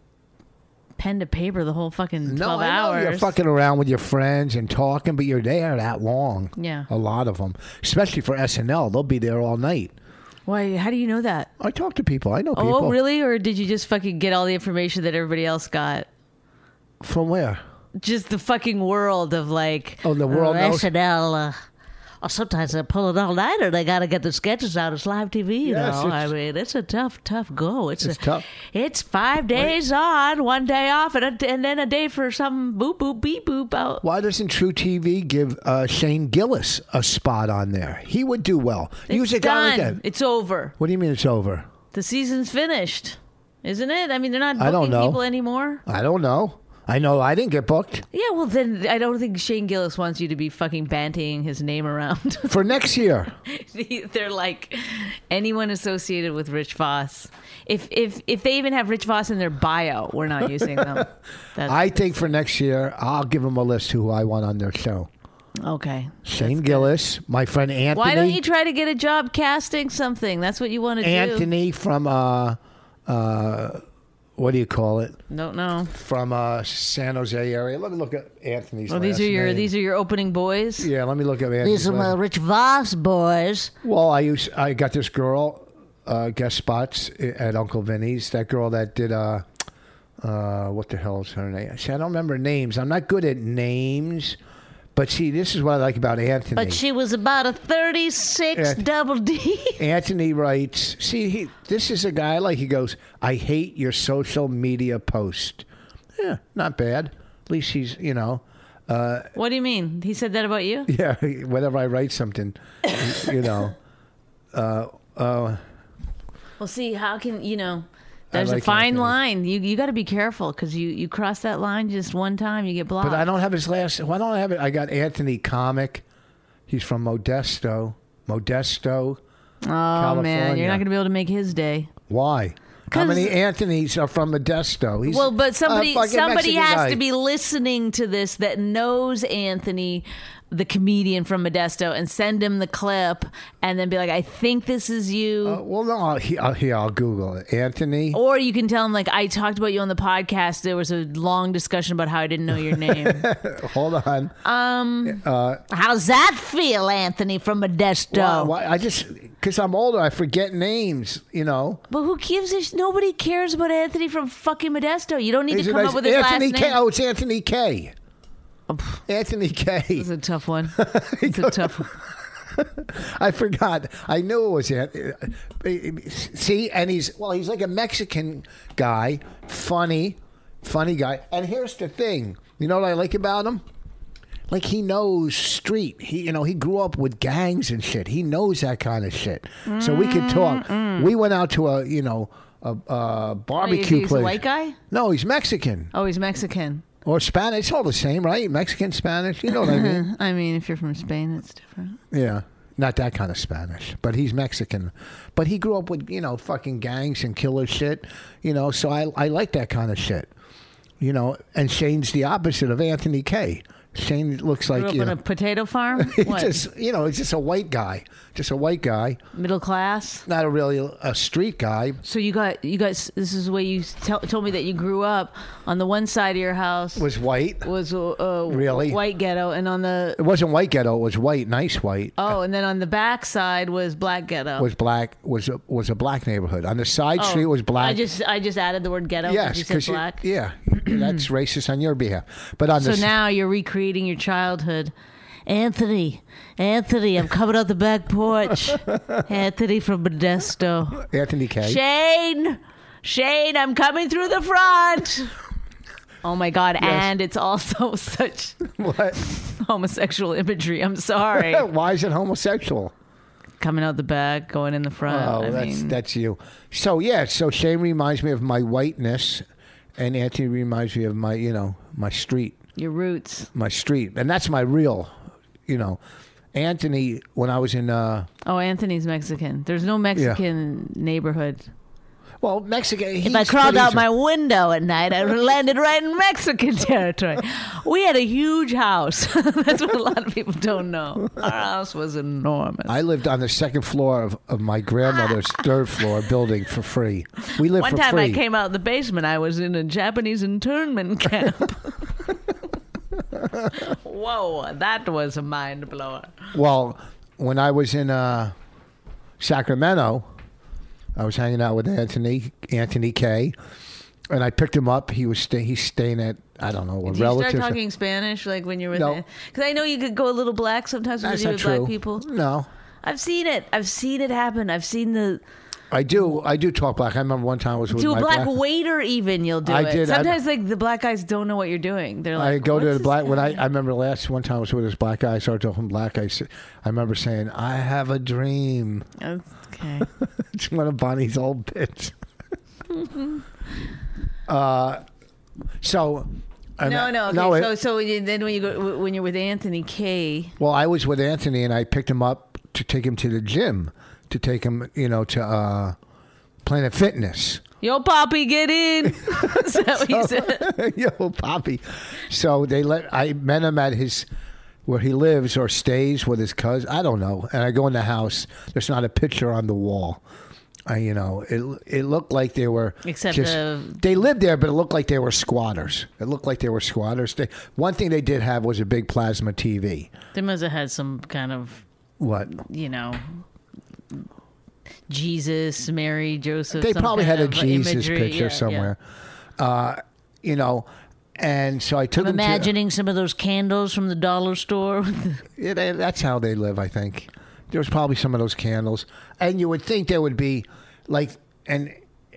pen to paper the whole fucking No, twelve I know hours. you're fucking around with your friends and talking, but you're there that long. Yeah. a lot of them, especially for SNL, they'll be there all night. Why? How do you know that? I talk to people. I know people. Oh, really? Or did you just fucking get all the information that everybody else got? From where? Just the fucking world of like. Oh, the world uh, knows? SNL. Uh, or sometimes they pull it all nighter. They got to get the sketches out. It's live TV, you Yes, know. I it's- mean, it's a tough, tough go. It's, It's a, tough. It's five days on, one day off, and, a, and then a day for some boop boop beep boop oh. out. Why doesn't True TV give uh, Shane Gillis a spot on there? He would do well. Use a guy done. like that. It's over. What do you mean it's over? The season's finished, isn't it? I mean, they're not booking I don't know. people anymore. I don't know. I know I didn't get booked Yeah, well, then I don't think Shane Gillis wants you to be fucking bantying his name around. for next year. they're like anyone associated with Rich Voss. If if if they even have Rich Voss in their bio, we're not using them. That's, I think for next year, I'll give them a list who I want on their show. okay. Shane Gillis, my friend Anthony. Why don't you try to get a job casting something? That's what you want to do. Anthony from uh, uh, what do you call it? Don't know. From uh, San Jose area. Let me look at Anthony's. Well, these last are your name. these are your opening boys. Yeah, let me look at Anthony's. last- Rich Voss boys. well, I used I got this girl uh, guest spots i- at Uncle Vinny's. That girl that did uh, uh, what the hell is her name? See, I don't remember names. I'm not good at names. But see, this is what I like about Anthony. But she was about a 36 Yeah. double D. Anthony writes, see, he, this is a guy I like, he goes, I hate your social media post. Yeah, not bad. At least he's, you know, What do you mean? He said that about you? yeah, whenever I write something, you know. Well, see, how can you know? There's like a fine Anthony. line. You you got to be careful because you you cross that line just one time, you get blocked. But I don't have his last, why don't I have it? I got Anthony Comic. He's from Modesto. Modesto. oh man, California. you're not going to be able to make his day. Why? How 'Cause- many Anthony's are from Modesto? He's Well, but a somebody fucking somebody Mexican has guy. to be listening to this that knows Anthony, the comedian from Modesto, and send him the clip, and then be like, I think this is you. Uh, well, no, I'll, he- I'll, here, I'll Google it. Anthony. Or you can tell him like I talked about you on the podcast. There was a long discussion about how I didn't know your name. Uh, Hold Oh. Um, on. How's that feel, Anthony from Modesto? uh, Why, why- I just because I'm older, I forget names. You know, But who gives a sh- nobody cares about Anthony from fucking Modesto. You don't need Is to it come nice- up with his Anthony last K. name. Oh, it's Anthony K. Anthony K. It's a tough one. It's a tough one. I forgot. I knew it was Anthony. See, and he's well, he's like a Mexican guy, funny, funny guy. And here's the thing. You know what I like about him? Like he knows street. He, you know, he grew up with gangs and shit. He knows that kind of shit. So we could talk. We went out to a, you know, a, a Mm-hmm. Wait, is barbecue he- he's place. a white guy? No, he's Mexican Oh, he's Mexican. or Spanish. It's all the same, right? Mexican, Spanish. You know what I mean? I mean, if you're from Spain, it's different. Yeah. Not that kind of Spanish, but he's Mexican. But he grew up with, you know, fucking gangs and killer shit, you know, so I, I like that kind of shit, you know. And Shane's the opposite of Anthony K. Shane looks like, Grew up you on know, a potato farm. he's What? just, you know, he's just a white guy, just a white guy, Middle class. not a really a street guy. So you got you guys. This is the way you tell, told me that you grew up. On the one side of your house was Was white. was uh, Really? white ghetto, and on the It wasn't white ghetto. It was white, nice white. oh, and then on the back side was black ghetto. was black. Was a, was a black neighborhood. On the side Oh, street was black. I just I just added the word ghetto. yes, Yes, you said 'cause you- black. yeah, that's racist on your behalf. But on so the s- now you're recreating your childhood. Anthony, Anthony, I'm coming out the back porch. Anthony from Modesto. Anthony K. Shane, Shane, I'm coming through the front. Oh my God. And it's also such What? homosexual imagery. I'm sorry. Why is it homosexual? coming out the back, going in the front. Oh, Uh, I that's mean, that's you. So yeah, so Shane reminds me of my whiteness, and Anthony reminds me of my you know my street, your roots. my street, and that's my real, you know. Anthony, when I was in, uh, Oh, Anthony's Mexican. There's no Mexican neighborhood. well, Mexican. If I crawled out my window at night, I landed right in Mexican territory. We had a huge house. That's what a lot of people don't know. Our house was enormous. I lived on the second floor of, of my grandmother's third floor building for free. We lived One for time free. I came out of the basement, I was in a Japanese internment camp. Whoa, that was a mind blower. Well, when I was in uh, Sacramento, I was hanging out with Anthony Anthony K, and I picked him up. He was stay, he's staying at I don't know a Did relative. you start talking Spanish like when you were No. there? Because I know you could go a little black sometimes when That's you not with true. black people. No, I've seen it. I've seen it happen. I've seen the I do. I do talk black. I remember one time I was with to a my black, waiter even you'll do I it did, I- sometimes like the black guys don't know what you're doing they're like I go to "What's the this black. When guy?" I, I remember last one time I was with this black guy. I started talking black. I said, I remember saying, "I have a dream." okay It's one of Bonnie's old bits. Mm-hmm. uh, so and no I- no okay it- so so you, then when you go when you're with anthony k Well, I was with Anthony, and I picked him up to take him to the gym, to take him, you know, to uh, Planet Fitness. yo poppy get in is that what you said Yo, Poppy. So they let I met him at his where he lives or stays with his cousin. I don't know. And I go in the house. There's not a picture on the wall. I, you know, it it looked like they were Except just- the- they lived there, but it looked like they were squatters. It looked like they were squatters. They, one thing they did have was a big plasma TV. they must have had some kind of What you know jesus mary joseph they some probably kind had a of Jesus imagery. Yeah, picture yeah. somewhere, Uh, you know. And so I took I'm him to- imagining some of those candles from the dollar store. Yeah, they- that's how they live, I think. There was probably some of those candles, and you would think there would be, like, and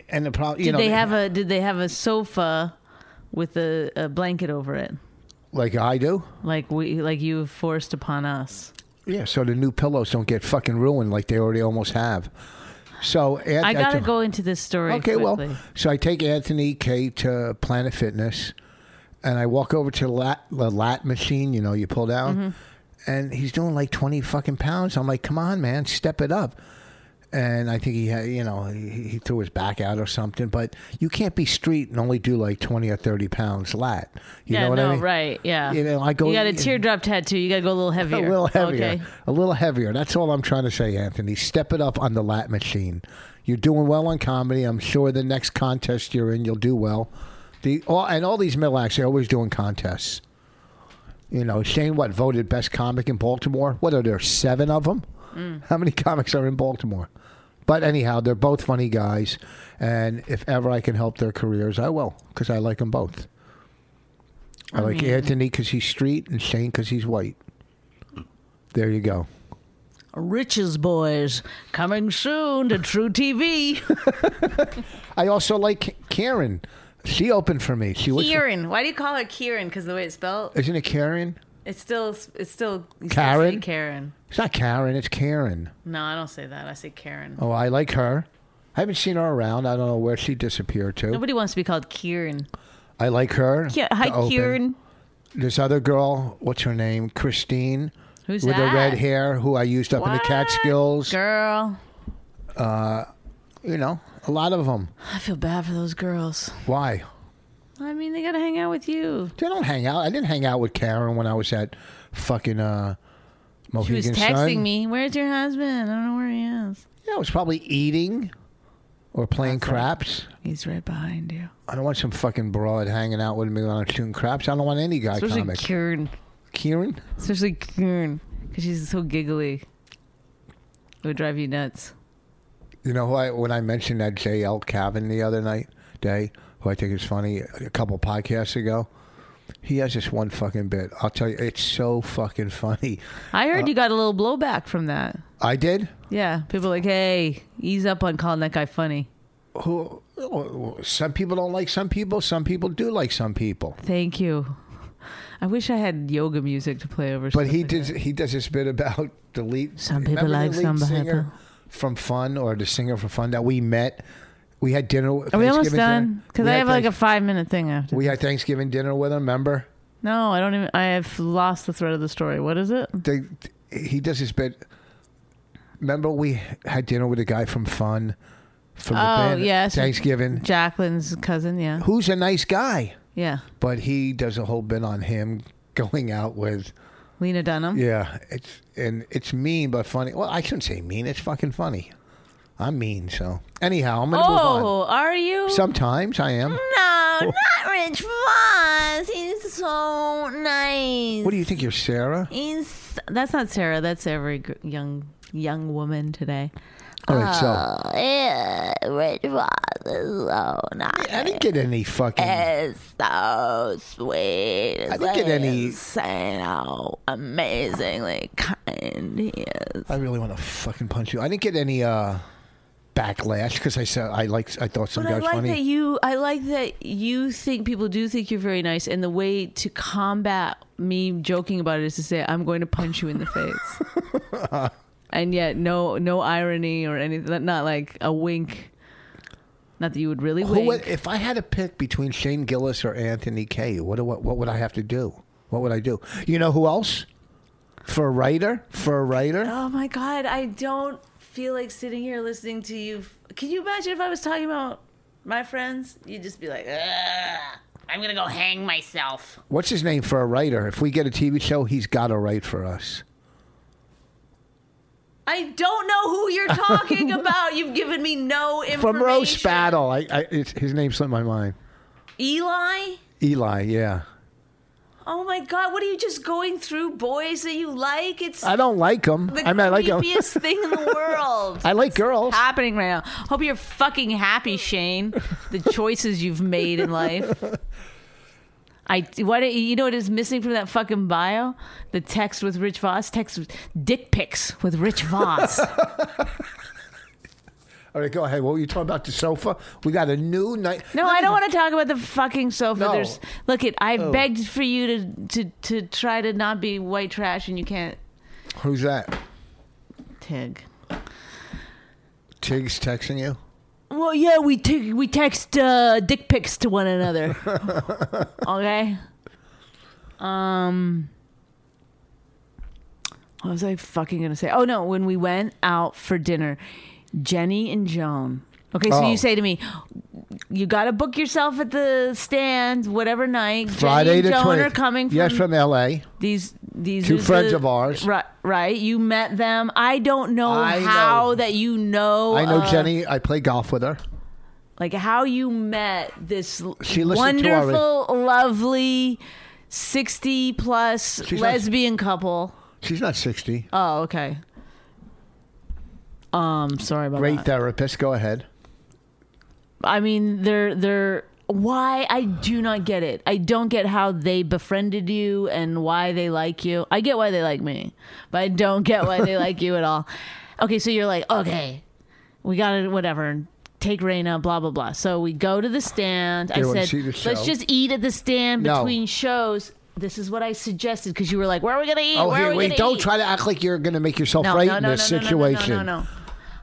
and the problem. did they have a Did they have a sofa with a, a blanket over it? like I do? like we like you forced upon us. Yeah. So the new pillows don't get fucking ruined like they already almost have. So Ant- I gotta took- go into this story. Okay, quickly. well, so I take Anthony K to Planet Fitness, and I walk over to the lat, the lat machine. You know, you pull down, Mm-hmm. and he's doing like twenty fucking pounds. I'm like, come on, man, step it up. And I think he had, you know, he, he threw his back out or something. But you can't be street and only do like twenty or thirty pounds lat. You yeah, know what no, I mean? right, yeah. You know, I go- You got a teardrop tattoo. You gotta go a little heavier. A little heavier. Okay. A little heavier. That's all I'm trying to say, Anthony. Step it up on the lat machine. You're doing well on comedy. I'm sure the next contest you're in, you'll do well. The all, and all these middle acts, they're always doing contests. You know, Shane, what voted best comic in Baltimore? What are there seven of them? Mm. How many comics are in Baltimore? But anyhow, they're both funny guys, and if ever I can help their careers, I will because I like them both. I, like Anthony because he's street and Shane because he's white. There you go. Riches boys coming soon to True TV. I also like Karen. She opened for me. She was Kieran. Why do you call her Kieran? Because the way it's spelled, isn't it Karen? it's still it's still you still Karen? say Karen. It's not Karen. It's Karen. No, I don't say that. I say Karen. Oh, I like her. I haven't seen her around. I don't know where she disappeared to. Nobody wants to be called Kieran. I like her. Yeah, hi to open. Kieran. This other girl, what's her name? Christine. Who's with that? the red hair, who I used up in the What? Catskills. Girl, You know, a lot of them. I feel bad for those girls. Why? I mean, they gotta hang out with you. They don't hang out. I didn't hang out with Karen when I was at fucking uh, She Mohegan was texting Sun. me, "Where's your husband? I don't know where he is. Yeah, I was probably eating or playing craps. He's right behind you." I don't want some fucking broad hanging out with me when I'm shooting craps. I don't want any guy Especially comic. Kieran. Kieran? Especially Kieran, because she's so giggly. It would drive you nuts. You know who I when I mentioned that J.L. Cavan the other night day, who I think is funny, a couple podcasts ago. He has this one fucking bit. I'll tell you, it's so fucking funny. I Uh, heard you got a little blowback from that. I did. Yeah, people are like, hey, ease up on calling that guy funny. Who? Some people don't like some people. Some people do like some people. Thank you. I wish I had yoga music to play over. But stuff he like does. that. He does this bit about the lead. Some people remember the like lead some singer people. from Fun or the singer from Fun that we met. We had dinner. Are we almost done? Because Because I have like a five minute thing after. We had Thanksgiving dinner with him. Remember? no, I don't even. I have lost the thread of the story. What is it? they, he does his bit. Remember, we had dinner with a guy from Fun from the Oh, band yes. Thanksgiving. Jacqueline's cousin. Yeah. Who's a nice guy, Yeah. but he does a whole bit on him going out with. Lena Dunham. Yeah, it's and it's mean but funny. Well, I shouldn't say mean. It's fucking funny. I'm mean, so anyhow, I'm gonna move on. Oh, are you? Sometimes I am. no, Oh. not Rich Voss. He's so nice. What do you think? You're Sarah. He's that's not Sarah. That's every gr- young young woman today. All right, so Oh, Yeah, Rich Voss is so nice. I didn't get any fucking. It's so sweet. I didn't get any. Say how amazingly kind he is. I really want to fucking punch you. I didn't get any uh, backlash because I said I like I thought some But I guy was like funny. that you. I like that you think people do think you're very nice, and the way to combat me joking about it is to say I'm going to punch you in the face, and yet no, no irony or anything. Not like a wink. Not that you would really Who wink. would, if I had to pick between Shane Gillis or Anthony Kay, what, do- what what would I have to do? What would I do? You know who else? For a writer, for a writer, Oh my god, I don't feel like sitting here listening to you. Can you imagine if I was talking about my friends? You'd just be like, "Ugh, uh, I'm gonna go hang myself. what's his name? For a writer, if we get a TV show, he's got to write for us. I don't know who you're talking about. You've given me no information. From Roast Battle, I, I it's, his name slipped my mind. Eli? Eli, yeah. Oh my god, what are you just going through boys that you like? It's I don't like him. the I mean, I like him. creepiest thing in the world. I like girls. happening right now. Hope you're fucking happy, Shane. The choices you've made in life. I what you know what is missing from that fucking bio? The text with Rich Voss. Text with dick pics with Rich Voss. All right, go ahead. What were you talking about? The sofa? We got a new night. No, I don't want to talk about the fucking sofa. No. There's look it. I Oh. begged for you to to to try to not be white trash, and you can't. Who's that? Tig. Tig's texting you. Well, yeah, we t- we text uh, dick pics to one another. okay. Um. What was I fucking gonna say? Oh no, when we went out for dinner, Jenny and Joan. Okay, so Oh. you say to me, you gotta book yourself at the stand, whatever night. Friday Jenny the and Joan 20th. are coming. From yes, from L.A. these these Two are friends the- of ours. Right, right. You met them. I don't know I how know. that you know. I know uh, Jenny. I play golf with her. like how you met this l- She listened to our- wonderful, lovely, sixty plus She's not- lesbian couple. She's not 60. Oh, okay. Um, sorry about Great that. therapist. Go ahead. I mean, they're they're why I do not get it. I don't get how they befriended you and why they like you. I get why they like me, but I don't get why they like you at all. Okay, so you're like, okay, we got to whatever. Take Raina, blah blah blah. So we go to the stand. I They wanna said, see the show. let's just eat at the stand No. between shows. This is what I suggested because you were like, where are we gonna eat? Oh, where are here, we wait. gonna Don't eat? try to act like you're going to make yourself right in this no, situation. No, no, no, no.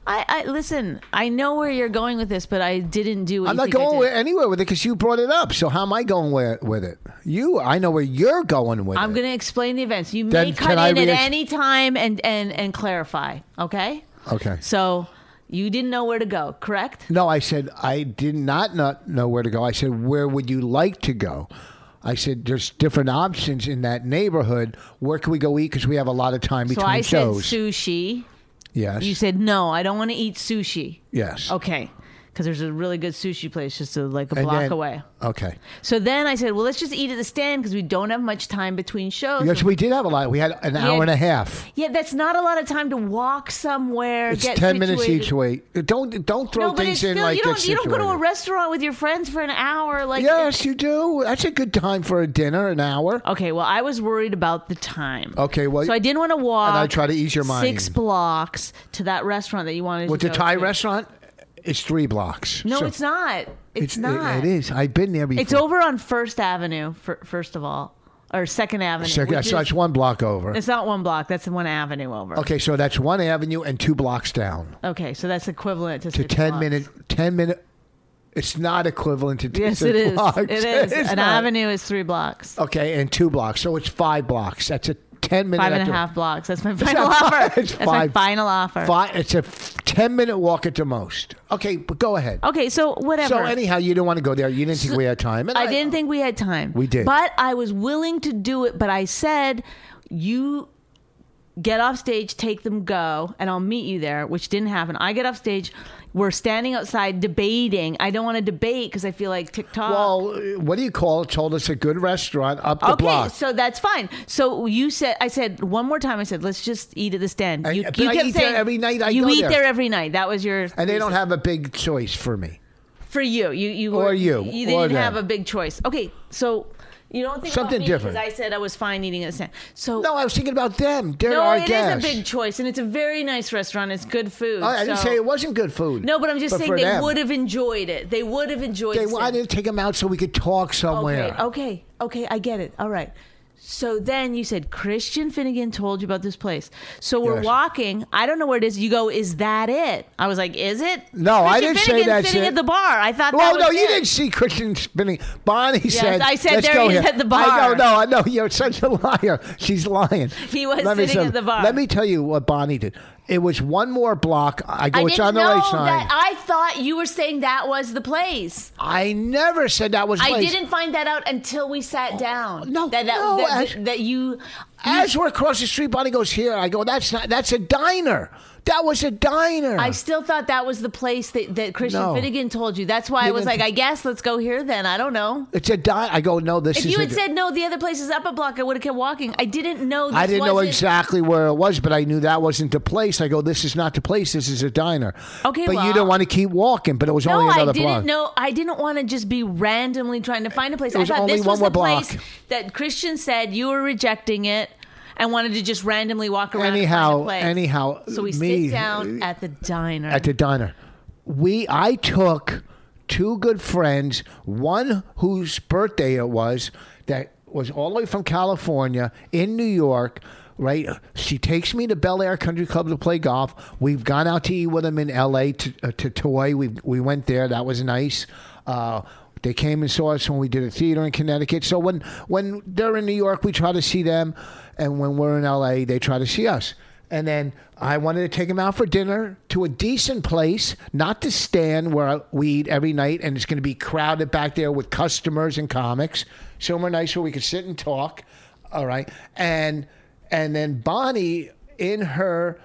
I, I listen. I know where you're going with this, but I didn't do. What I'm you not think I going did. where- anywhere with it because you brought it up. So how am I going where, with it? You, I know where you're going with I'm it. going to explain the events. You Then may can cut I in at react- any time and and and clarify. Okay. Okay. So you didn't know where to go, correct? No, I said I did not not know where to go. I said where would you like to go? I said there's different options in that neighborhood. Where can we go eat? Because we have a lot of time So between I said shows. sushi. yes. You said no. I don't want to eat sushi. yes. Okay. Because there's a really good sushi place just a, like a And block then- away. Okay. So then I said, well, let's just eat at the stand because we don't have much time between shows. Yes, we did have a lot. We had an hour and a half. Yeah, that's not a lot of time to walk somewhere. It's get ten minutes situated. each way. Don't don't throw No, but things it's in still, like you this don't you don't go to a situated. restaurant with your friends for an hour. Like Yes, you do. That's a good time for a dinner, an hour. Okay, well, I was worried about the time. Okay, well, so I didn't want to walk. and I try to ease your mind. Uh, Six blocks to that restaurant that you wanted. With to the go Thai to. restaurant, it's three blocks. No, So- it's not. It's, it- not. It is. I've been there before. It's over on First Avenue. For, first of all, or Second Avenue. So, yeah, which so is- it's one block over. it's not one block. That's the one avenue over. Okay, so that's one avenue and two blocks down Okay, so that's equivalent to, to six ten blocks. minute. Ten minute. It's not equivalent to t- Yes, six it is. blocks. It is. It's An not. avenue is three blocks. Okay, and two blocks. So it's five blocks. That's a ten minute. Five and after- a half blocks. That's my final not offer. five. It's That's my five. final offer. Five, it's a f- ten minute walk at the most. Okay, but go ahead. Okay, so whatever. So anyhow, you didn't want to go there. You didn't think we had time. And I didn't think we had time. We did. But I was willing to do it. But I said, you get off stage, take them, go, and I'll meet you there, which didn't happen. I get off stage. We're standing outside debating. I don't want to debate because I feel like TikTok. Well, uh, what do you call it? Told us a good restaurant up the okay, block. so that's fine. So you said, I said one more time, I said, let's just eat at the stand. And- you but you I kept eat there saying, every night I you go eat there. there. every night. That was your. and they don't have a big choice for me. For you, you, you Or were- you, you or didn't them. have a big choice. Okay, so you don't think Something about me different. because I said I was fine eating at the stand. So No, I was thinking about them. They're no, our it is guests. a big choice, and it's a very nice restaurant. It's good food. I, I didn't so- say it wasn't good food. No, but I'm just saying for they them, would have enjoyed it. They would have enjoyed. They, the I stand. didn't take them out so we could talk somewhere. Okay, okay, okay, I get it. All right. So then you said Christian Finnegan told you about this place. So we're Yes. walking. I don't know where it is. You go, is that it? I was like, is it? No, I didn't say Finnegan's that's sitting it. at the bar. I thought. Well, that no, was you it. didn't see Christian spinning. Bonnie said, I said Let's there go he is here." at the bar. I know, no, I know. You're such a liar. She's lying. He was me sitting tell- at the bar. Let me tell you what Bonnie did. It was one more block. I go, I it's didn't on the know right side. that. uh, I thought you were saying that was the place. I, never said that was. I place. didn't find that out until we sat down. no, that that, no, that, Ash- that you. As we're across the street, Bonnie goes here. I go, that's not. That's a diner. That was a diner. I still thought that was the place that, that Christian No. Finnegan told you. That's why I You was didn't- like, I guess let's go here then. I don't know. it's a diner. I go, no, this If is. you a had di- said no, the other place is up a block, I would have kept walking. I didn't know. This I didn't know wasn't- exactly where it was, but I knew that wasn't the place. I go, this is not the place. This is a diner. Okay, but you well- don't want to keep walking. But it was No, only I another didn't block. know. I didn't want to just be randomly trying to find a place. It was I thought only this one was more the block. place that Christian said you were rejecting it and wanted to just randomly walk around. and find a Anyhow- place. anyhow, so we me- sit down at the diner. at the diner. We I took two good friends, one whose birthday it was that was all the way from California in New York. Right, she takes me to Bel Air Country Club to play golf. We've gone out to eat with them in L.A. to, uh, to Toy. We we went there. That was nice. Uh, they came and saw us when we did a theater in Connecticut. So when when they're in New York, we try to see them, and when we're in L.A., they try to see us. And then I wanted to take him out for dinner to a decent place, not to stand where we eat every night and it's going to be crowded back there with customers and comics. Somewhere nice where we could sit and talk. All right. And and then Bonnie in her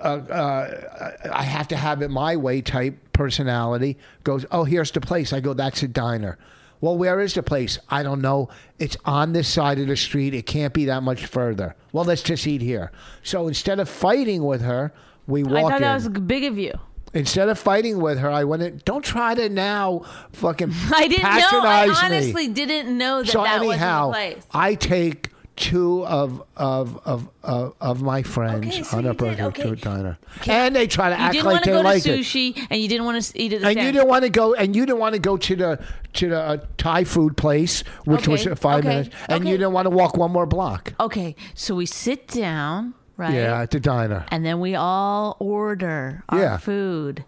uh, I have to have it my way type personality goes, Oh, here's the place. I go, That's a diner. Well, where is the place? I don't know. It's on this side of the street. It can't be that much further. Well, let's just eat here. So instead of fighting with her, we I walk thought in. that was big of you. Instead of fighting with her, I went. In, don't try to now fucking. I didn't know. I patronize me." honestly didn't know that so that anyhow, was the place. I take two of of of of, of my friends Okay, so on you a did, burger to okay. a diner, and they try to You act didn't like want to they go to like it. sushi, and you didn't want to eat at the And stand. you didn't want to go, and you didn't want to go to the to the uh, Thai food place, which was Okay, five okay, minutes, and you okay. didn't want to walk one more block. Okay, so we sit down. right? Yeah, at the diner. and then we all order our Yeah. food.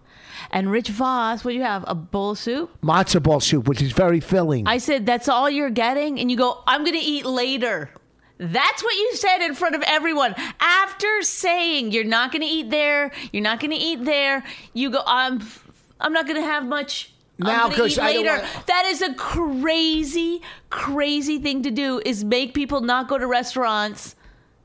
And Rich Voss, what do you have? A bowl of soup? Matzo ball soup, which is very filling. I said, that's all you're getting? And you go, I'm going to eat later. That's what you said in front of everyone. After saying you're not going to eat there, you're not going to eat there, you go, I'm, I'm not going to have much. I'm Now, gonna 'cause eat I don't later. want- That is a crazy, crazy thing to do. Is make people not go to restaurants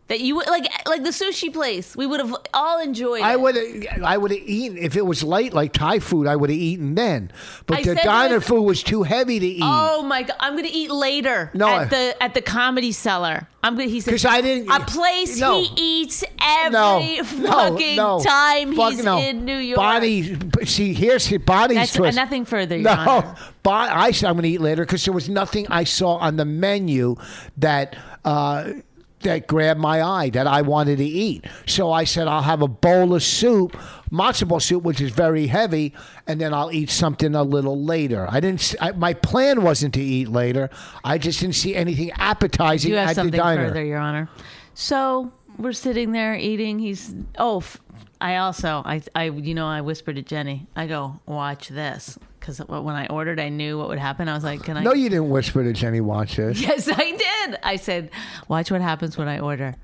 that you would- like, like the sushi place. We would have all enjoyed. I it. would I would have eaten if it was late, like Thai food. I would have eaten then, but I the said it diner was- food was too heavy to eat. Oh my god! I'm gonna eat later No, I- at the at the comedy cellar. I'm gonna. He said 'Cause I didn't- A place No. he eats every no, fucking no, no. time Fuck he's no. in New York. Bonnie, see, here's the Bonnie's That's twist. nothing further. Your No, Honor. but I said I'm going to eat later because there was nothing I saw on the menu that uh, that grabbed my eye that I wanted to eat. So I said I'll have a bowl of soup, matzo ball soup, which is very heavy, and then I'll eat something a little later. I didn't. s I my plan wasn't to eat later. I just didn't see anything appetizing You have at the something diner. further, Your Honor. So we're sitting there eating. He's oh, f- I also I I you know I whispered to Jenny. I go watch this because when I ordered, I knew what would happen. I was like, can I? No, you didn't whisper to Jenny. Watch this. Yes, I did. I said, "Watch what happens when I order."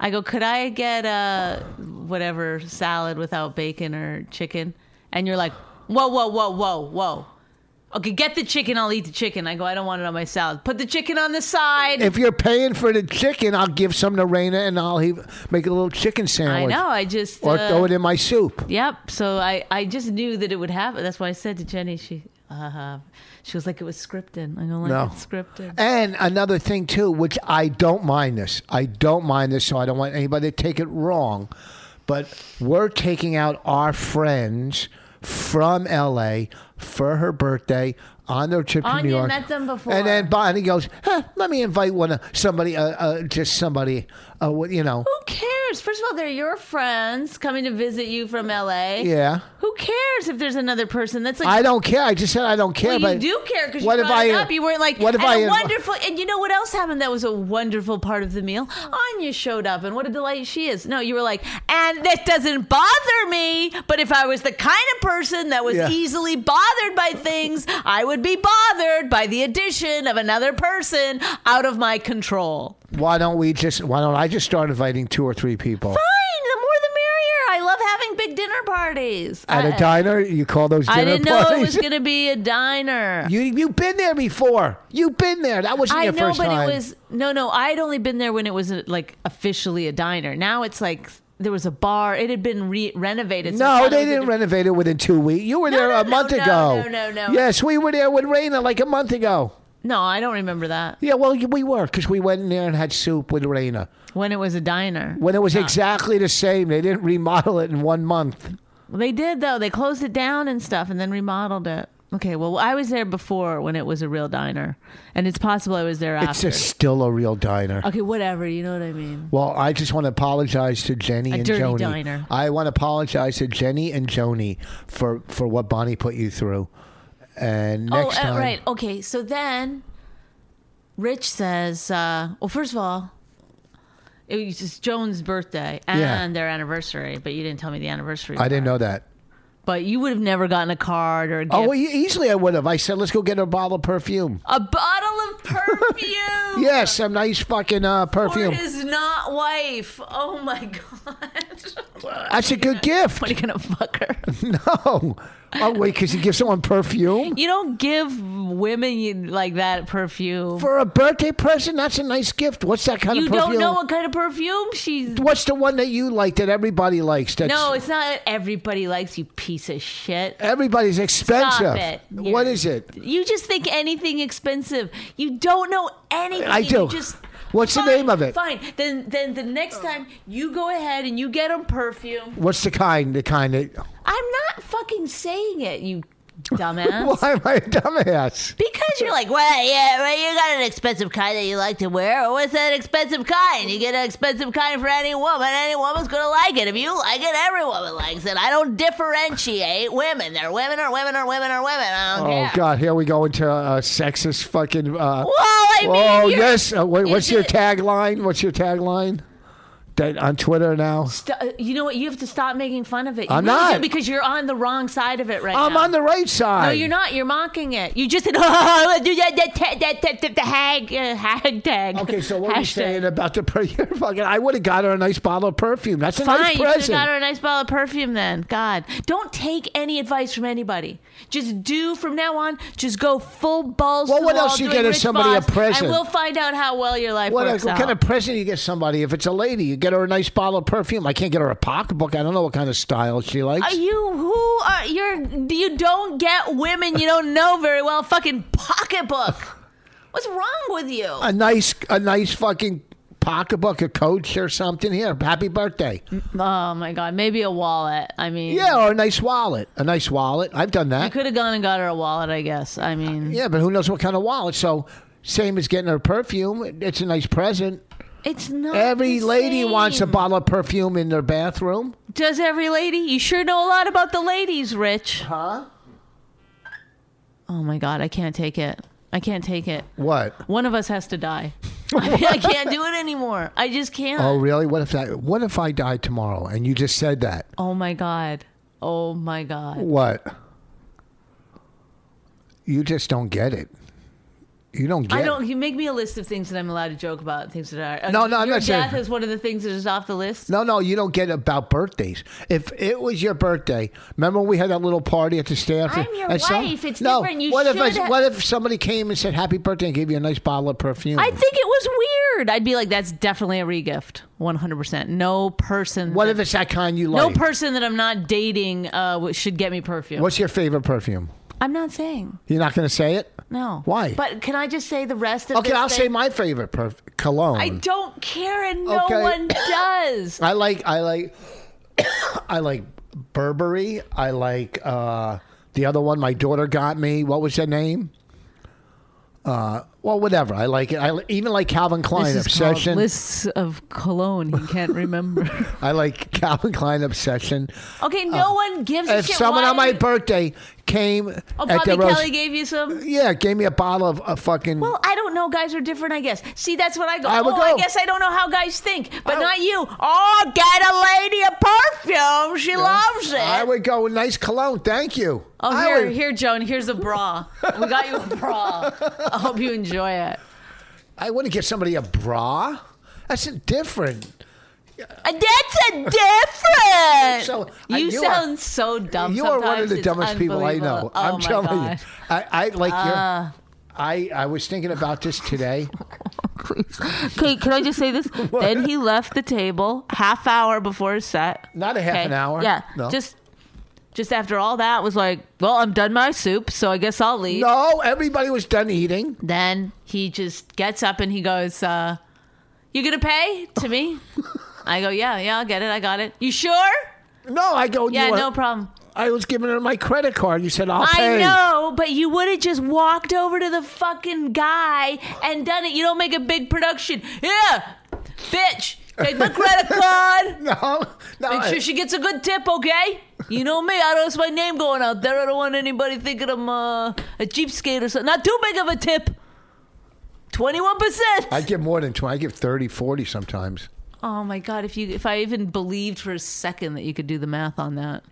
I go, "Could I get a whatever salad without bacon or chicken?" And you're like, "Whoa, whoa, whoa, whoa, whoa." Okay, get the chicken. I'll eat the chicken. I go. I don't want it on my salad. Put the chicken on the side. If you're paying for the chicken, I'll give some to Raina and I'll he- make a little chicken I sandwich. know. I just. Or uh, throw it in my soup. Yep. So I, I just knew that it would happen. That's why I said to Jenny. She, uh, she was like, "It was scripted." I go, "Like No. it's scripted." And another thing too, which I don't mind this. I don't mind this, so I don't want anybody to take it wrong. But we're taking out our friends from LA for her birthday on their trip to Anya New York. met them before. and then Bonnie goes, huh, "Let me invite one of somebody, uh, uh, just somebody, uh, what- you know." Who cares? First of all, they're your friends coming to visit you from LA. Yeah, Who cares if there's another person? That's like I don't care. I just said I don't care. well, but you do care because you what if brought it I- up. You weren't like what if and I a inv- wonderful and you know what else happened? That was a wonderful part of the meal. Anya showed up, and what a delight she is. No, you were like, and this doesn't bother me. But if I was the kind of person that was Yeah. easily bothered by things, I would be bothered by the addition of another person out of my control. Why don't we just? Why don't I just start inviting two or three people Fine, the more the merrier. I love having big dinner parties. at I- a diner? You call those dinner I didn't know parties? it was going to be a diner. You you've been there before. You've been there. That wasn't I your know, first but time. it was no, no. I had only been there when it was uh, like officially a diner. Now it's like there was a bar. It had been re- renovated. so I no, thought it they was a didn't diff- renovate it within two weeks. You were there no, a no, month no, ago. no, no, no. Yes, we were there with Raina like a month ago. No, I don't remember that Yeah, well, we were because we went in there and had soup with Raina when it was a diner. when it was exactly the same. They didn't remodel it in one month. They did though. They closed it down and stuff, and then remodeled it. Okay, well, I was there before when it was a real diner, and it's possible I was there It's after. just still a real diner. okay, whatever. You know what I mean. Well, I just want to apologize to Jenny A and dirty Joni. diner. I want to apologize to Jenny and Joni for for what Bonnie put you through. And next oh, uh, time, right. Okay. So then Rich says, uh, well, first of all, it was just Joan's birthday and Yeah. their anniversary, but you didn't tell me the anniversary. I didn't part. know that. But you would have never gotten a card or a gift. Oh, well, e- easily I would have. I said, let's go get a bottle of perfume. a bottle of perfume. Yes, some nice fucking uh, For perfume. his not wife. Oh my god. That's a good gift. What are you gonna fuck her? No. Oh, wait, because you give someone perfume? You don't give women you- like that perfume. For a birthday present? That's a nice gift. What's that kind you of perfume? don't know what kind of perfume she's What's the one that you like that everybody likes? That's No, it's not that everybody likes you, piece of shit. everybody's expensive. Stop it. You're- What is it? You just think anything expensive. You don't know anything. I do. You just What's the Fine, name of it? Fine. Then then the next time you go ahead and you get them perfume. What's the kind? The kind that. I'm not fucking saying it, you dumbass. Why am I a dumbass? Because you're like, well, yeah, well, you got an expensive kind that you like to wear, or what's that expensive kind? You get an expensive kind for any woman. Any woman's gonna like it. If you like it, every woman likes it. I don't differentiate women. They're women or women or women or women. I don't Oh, care. God. Here we go into a sexist fucking. Uh, Well, I mean, oh, you're- yes. Uh, wait, what's Is your it- tagline? What's your tagline? that on Twitter now? St- uh, you know what? You have to stop making fun of it. You I'm really not. do, because you're on the wrong side of it right I'm now. on the right side. No, you're not. You're mocking it. You just said, oh, do that, that, that, that, that, that, the hag, uh, hag tag. Okay, so what are you Hashtag. saying about the per- you're fucking? I would have got her a nice bottle of perfume. That's a Fine, nice you should have present. got her a nice bottle of perfume then. God, don't take any advice from anybody. Just do from now on. Just go full balls. Well, to what the else wall, you get doing if Rich somebody a Voss, present? And we'll find out how well your life what, works what out. kind of present you get somebody? If it's a lady, you get her a nice bottle of perfume. I can't get her a pocketbook. I don't know what kind of style she likes. Are you who are you're you don't get women you don't know very well fucking pocketbook. What's wrong with you? a nice, a nice fucking pocketbook, a coach or something. Here, happy birthday. Oh my god, maybe a wallet. I mean, Yeah, or a nice wallet. A nice wallet. I've done I that. could have gone and got her a wallet, I guess. I mean, Yeah, but who knows what kind of wallet? So same as getting her perfume. It's a nice present. it's not Every the lady same. wants a bottle of perfume in their bathroom. Does every lady? You sure know a lot about the ladies, Rich. Huh? Oh my god, I can't take it. I can't take it. What? One of us has to die. I, mean, I can't do it anymore. I just can't. Oh, really? What if that? What if I die tomorrow? And you just said that. oh my god. Oh my god. What? You just don't get it. You don't get. I don't. You make me a list of things that I'm allowed to joke about. Things that are. No, no, Your I'm not saying- death is one of the things that is off the list. No, no, you don't get it about birthdays. If it was your birthday, remember when we had that little party at the staff? I'm your and some- wife. It's no, different. You what if I- should ha- what if somebody came and said happy birthday and gave you a nice bottle of perfume? I think it was weird. I'd be like, that's definitely a regift. 100%. No person. what that- if it's that kind you no like? person that I'm not dating uh, w- should get me perfume. What's your favorite perfume? I'm not saying. You're not going to say it. No. Why? But can I just say the rest of Okay, this I'll thing? say my favorite perf- cologne. I don't care and no Okay. one does. I like I like I like Burberry. I like uh the other one my daughter got me. What was her name? Uh well whatever. I like it. I li- even like Calvin Klein This is called Obsession. lists of cologne he can't remember. I like Calvin Klein Obsession. okay, no one gives a Uh, If shit. someone why on my do- birthday came Oh, at Bobby the roast, Kelly gave you some? yeah, gave me a bottle of a fucking Well, I don't know. Guys are different, I guess. See, that's what I go. I oh, would I go. guess I don't know how guys think, but not you. Oh, get a lady a perfume. She loves it. I would go with nice cologne. Thank you. oh, I here, would- here, Joan. Here's a bra. We got you a bra. I hope you enjoy it. I wouldn't give somebody a bra. That's different. Uh, That's a different. So, I- you, you are- sound so dumb. You are one of sometimes. the It's dumbest people I know. unbelievable. Oh I'm my Uh. telling God. you. I, I like your. I, I was thinking about this today. Kate, can I just say this? then he left the table half hour before his set. Not a half Okay. an hour. Yeah. No. Just just after all that was like, well, I'm done my soup, so I guess I'll leave. no, everybody was done eating. Then he just gets up and he goes, uh, you gonna pay to me? I go, yeah, yeah, I'll get it. I got it. You sure? No, I go. "You Yeah, want- no problem. I was giving her my credit card. You said I'll I pay. know, but you would have just walked over to the fucking guy and done it. You don't make a big production. Yeah, bitch, take my credit card. No, no. Make sure she gets a good tip, okay? You know me, I don't want my name going out there. I don't want anybody thinking I'm uh, a cheapskate or something. Not too big of a tip. 21%. I give more than twenty. I give 30, 40 sometimes. oh my god, if you if I even believed for a second that you could do the math on that.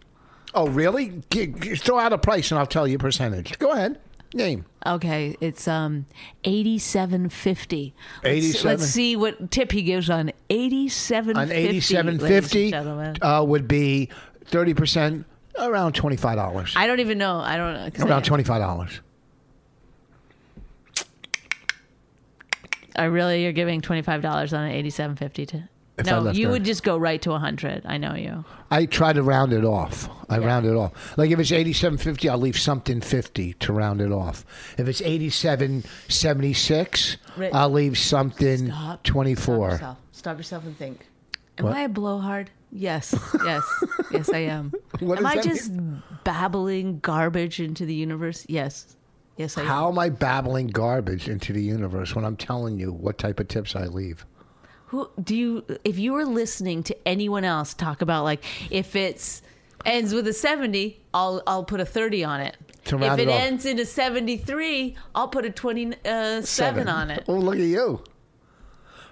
Oh, really? G- g- throw out a price and I'll tell you percentage. Go ahead. Name. Okay, it's um 8750. Let's, 87? let's see what tip he gives on 8750. An eighty-seven ladies and fifty gentlemen. uh, would be thirty percent, around twenty-five dollars. I don't even know. I don't know. 'cause Around I, twenty-five dollars. I really you're giving $25 on an 8750 to If I No, left you her. would just go right to 100. I know you. I try to round it off. I round it off. Like if it's eighty-seven fifty, I'll leave something fifty to round it off. If it's eighty-seven seventy-six, Rich. I'll leave something Stop. twenty-four. Stop yourself. Stop yourself and think. Am I a blowhard? Yes, yes, yes, I am. What am does I that just babbling garbage into the universe? Yes, yes, I am. How am I babbling garbage into the universe when I'm telling you what type of tips I leave? Who do you? If you were listening to anyone else talk about like if it's ends with a seventy, I'll I'll put a thirty on it. To if round it it off. ends in a seventy three, I'll put a twenty uh, seven on it. Oh, look at you.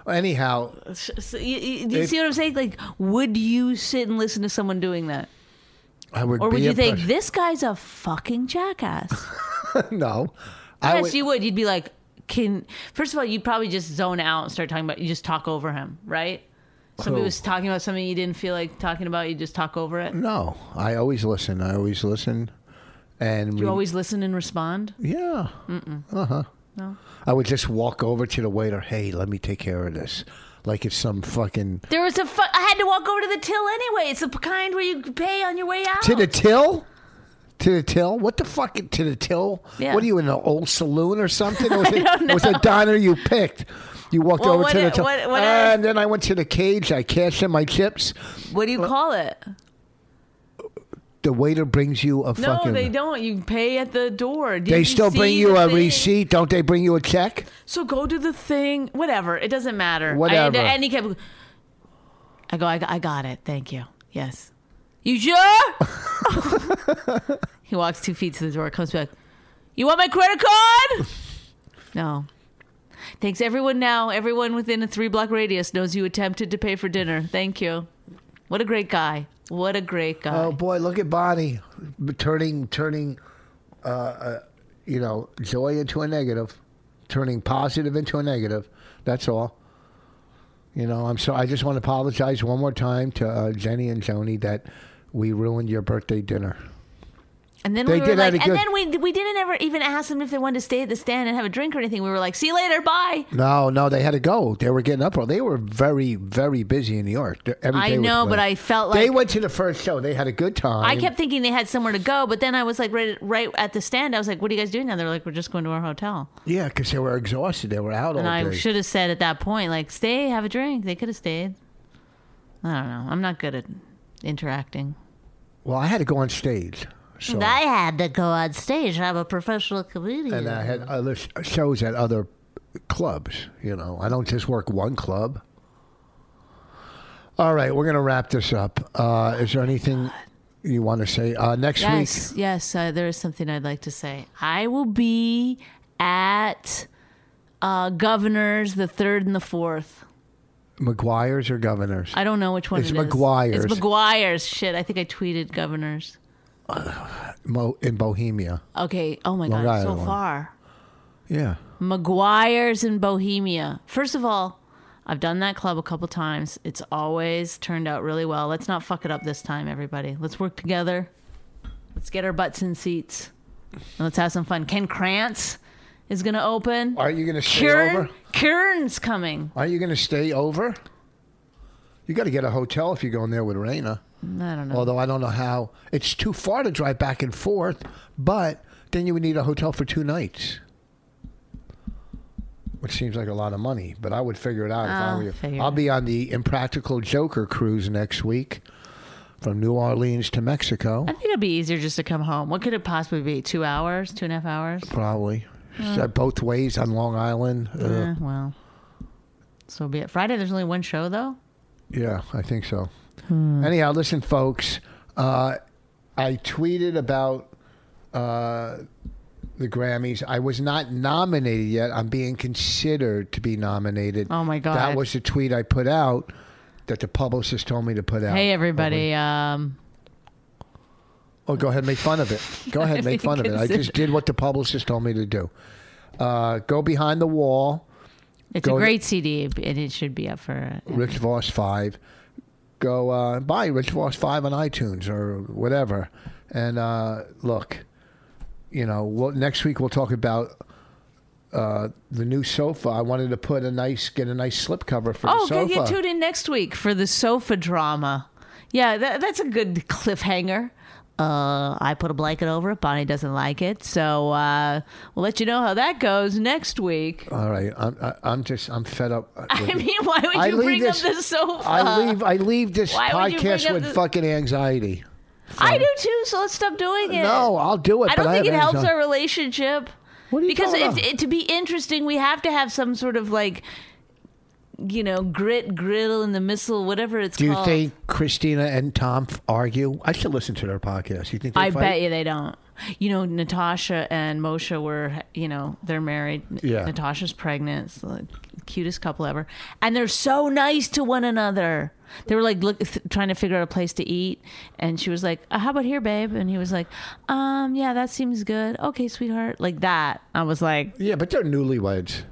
Anyhow, S- s- you, you- do you If- see what I'm saying? Like, would you sit and listen to someone doing that, I would. or would be you think impressed- this guy's a fucking jackass? no? I yes, would, you would. You'd be like, can first of all, you'd probably just zone out and start talking about. You just talk over him, right? Somebody Who? was talking about something you didn't feel like talking about. You just talk over it. no. I always listen. I always listen, and You re- always listen and respond. yeah. Uh huh. No. I would just walk over to the waiter. Hey, let me take care of this. Like it's some fucking There was a. Fu- I had to walk over to the till anyway. It's the p- kind where you pay on your way out. to the till. To the till? What the fuck? To the till? Yeah. What are you in an old saloon or something? It was, a, it was a diner you picked. You walked Well, over what to the it- till, what- what I- and then I went to the cage. I cashed in my chips. what do you call it? The waiter brings you a No, fucking. they don't. You pay at the door. Did They you still see bring you the a thing? receipt, don't they? Bring you a check? So go to the thing. Whatever. It doesn't matter. I- Whatever. and he kept. I go. I, got- I got it. Thank you. Yes. You sure? he walks two feet to the door. Comes back. You want my credit card? no. Thanks, everyone. Now, everyone within a three-block radius knows you attempted to pay for dinner. Thank you. What a great guy. What a great guy. Oh boy, look at Bonnie turning turning, uh, uh, you know, joy into a negative, turning positive into a negative. That's all. You know, I'm sorry. I just want to apologize one more time to uh, Jenny and Joni that we ruined your birthday dinner. And then They we were did like, that and good- then we we didn't ever even ask them if they wanted to stay at the stand and have a drink or anything. We were like, see you later, bye. No, no, they had to go. They were getting up. early. They were very, very busy in New York. Their- Every I day was know, full. but I felt they like went to the first show. They had a good time. I kept thinking they had somewhere to go, but then I was like, right, right at the stand, I was like, what are you guys doing now? They're like, we're just going to our hotel. yeah, because they were exhausted. They were out And all day. I should have said at that point, like, stay, have a drink. They could have stayed. I don't know. I'm not good at interacting. Well, I had to go on stage. So. I had to go on stage. I'm a professional comedian. and I had other sh- shows at other clubs. You know, I don't just work one club. All right, we're gonna wrap this up. Uh, is there anything you want to say uh, next week? Oh Yes, yes, uh, there is something I'd like to say. I will be at uh, Governor's the third and the fourth. McGuire's or Governors? I don't know which one It's it is. McGuire's. It's McGuire's. Shit, I think I tweeted Governor's. Mo- in Bohemia. Okay. Oh my Long god, so Island. far. Yeah. McGuire's in Bohemia. First of all, I've done that club a couple times. It's always turned out really well. Let's not fuck it up this time, everybody. Let's work together. Let's get our butts in seats. And let's have some fun. Ken Krantz is going to open. Are you gonna stay Kieran, over? Kieran's coming. Are you gonna stay over? You got to get a hotel if you're going there with Raina. I don't know. Although I don't know how it's too far to drive back and forth, but then you would need a hotel for two nights. Which seems like a lot of money, but I would figure it out if I I'll were you. figure it I'll out. be on the Impractical Joker cruise next week from New Orleans to Mexico, I think it'd be easier just to come home. What could it possibly be? Two hours? Two and a half hours? probably. Hmm. So both ways on Long Island. Uh, Eh, well, so be it. Friday, there's only one show, though. Yeah, I think so. Hmm. Anyhow, listen, folks. Uh, I tweeted about uh, the Grammys. I was not nominated yet. I'm being considered to be nominated. Oh, my God. That was the tweet I put out that the publicist told me to put out. Hey, everybody. Um, Oh, go ahead, make fun of it. Go ahead, make fun of it. I just did what the publicist told me to do. Uh, go behind the wall. It's Go a to- great CD, and it should be up for. Rich Voss Five. Go uh, buy Rich Voss Five on iTunes or whatever, and uh, look. You know, we'll, next week we'll talk about uh, the new sofa. I wanted to put a nice, get a nice slipcover for the Oh, sofa. get, get tuned in next week for the sofa drama. Yeah, that, that's a good cliffhanger. Uh, I put a blanket over it. Bonnie doesn't like it, so uh, we'll let you know how that goes next week. All right, I'm, I, I'm just, I'm fed up. with I it. mean, why would you I bring leave this. up the sofa? I leave. I leave this Why would you bring podcast up with the- fucking anxiety. I do too. So let's stop doing it. No, I'll do it. I don't but think it have helps anxiety. our relationship. What are you because talking if, about? it, to be interesting, we have to have some sort of like, you know, grit, griddle, and the missile, whatever it's Do you called. think Christina and Tom f- argue? I should listen to their podcast. You think they I fight? bet you they don't. You know, Natasha and Moshe were, you know, they're married. N- Yeah. Natasha's pregnant. So like, cutest couple ever, and they're so nice to one another. They were like look, th- trying to figure out a place to eat, and she was like, uh, "How about here, babe?" And he was like, "Um, yeah, that seems good. Okay, sweetheart." Like that. I was like, Yeah, but they're newlyweds.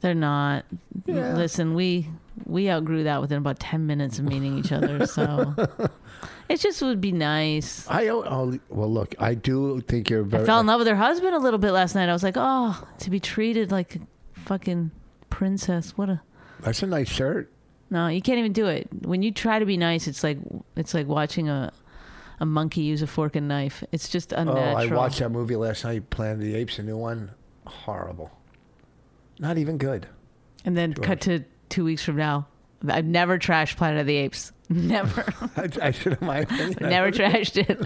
"They're not. Listen, we we outgrew that within about ten minutes of meeting each other. So it just would be nice." I oh, well, look, I do think you're very. uh, I fell in love with her husband a little bit last night. I was like, oh, to be treated like a fucking princess. What a That's a nice shirt. no, you can't even do it. When you try to be nice, it's like it's like watching a a monkey use a fork and knife. It's just Oh, I unnatural. watched that movie last night, Planet of the Apes, a new one. Horrible. Not even good. and then cut to two weeks from now. I've never trashed Planet of the Apes. Never, I, I should have my opinion. never trashed it.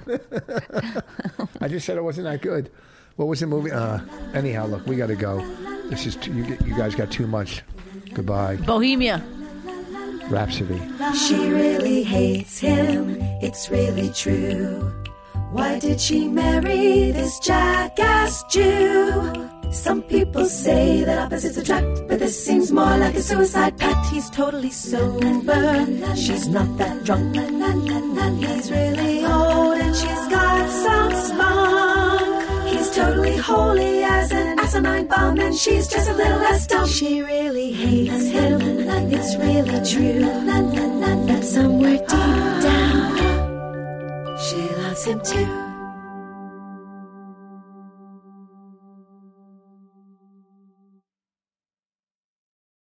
I just said it wasn't that good. What was the movie? Uh, anyhow, look, we got to go. This is too, you, get- you guys got too much. Goodbye, Bohemia. Rhapsody. She really hates him, it's really true. Why did she marry this jackass Jew? Some people say that opposites attract, but this seems more like a suicide pact. He's totally sober, she's not that drunk. He's really old and she's got some spunk. He's totally holy as an asinine bomb, and she's just a little less dumb. She really hates him, it's really true. But somewhere deep down, she loves him too.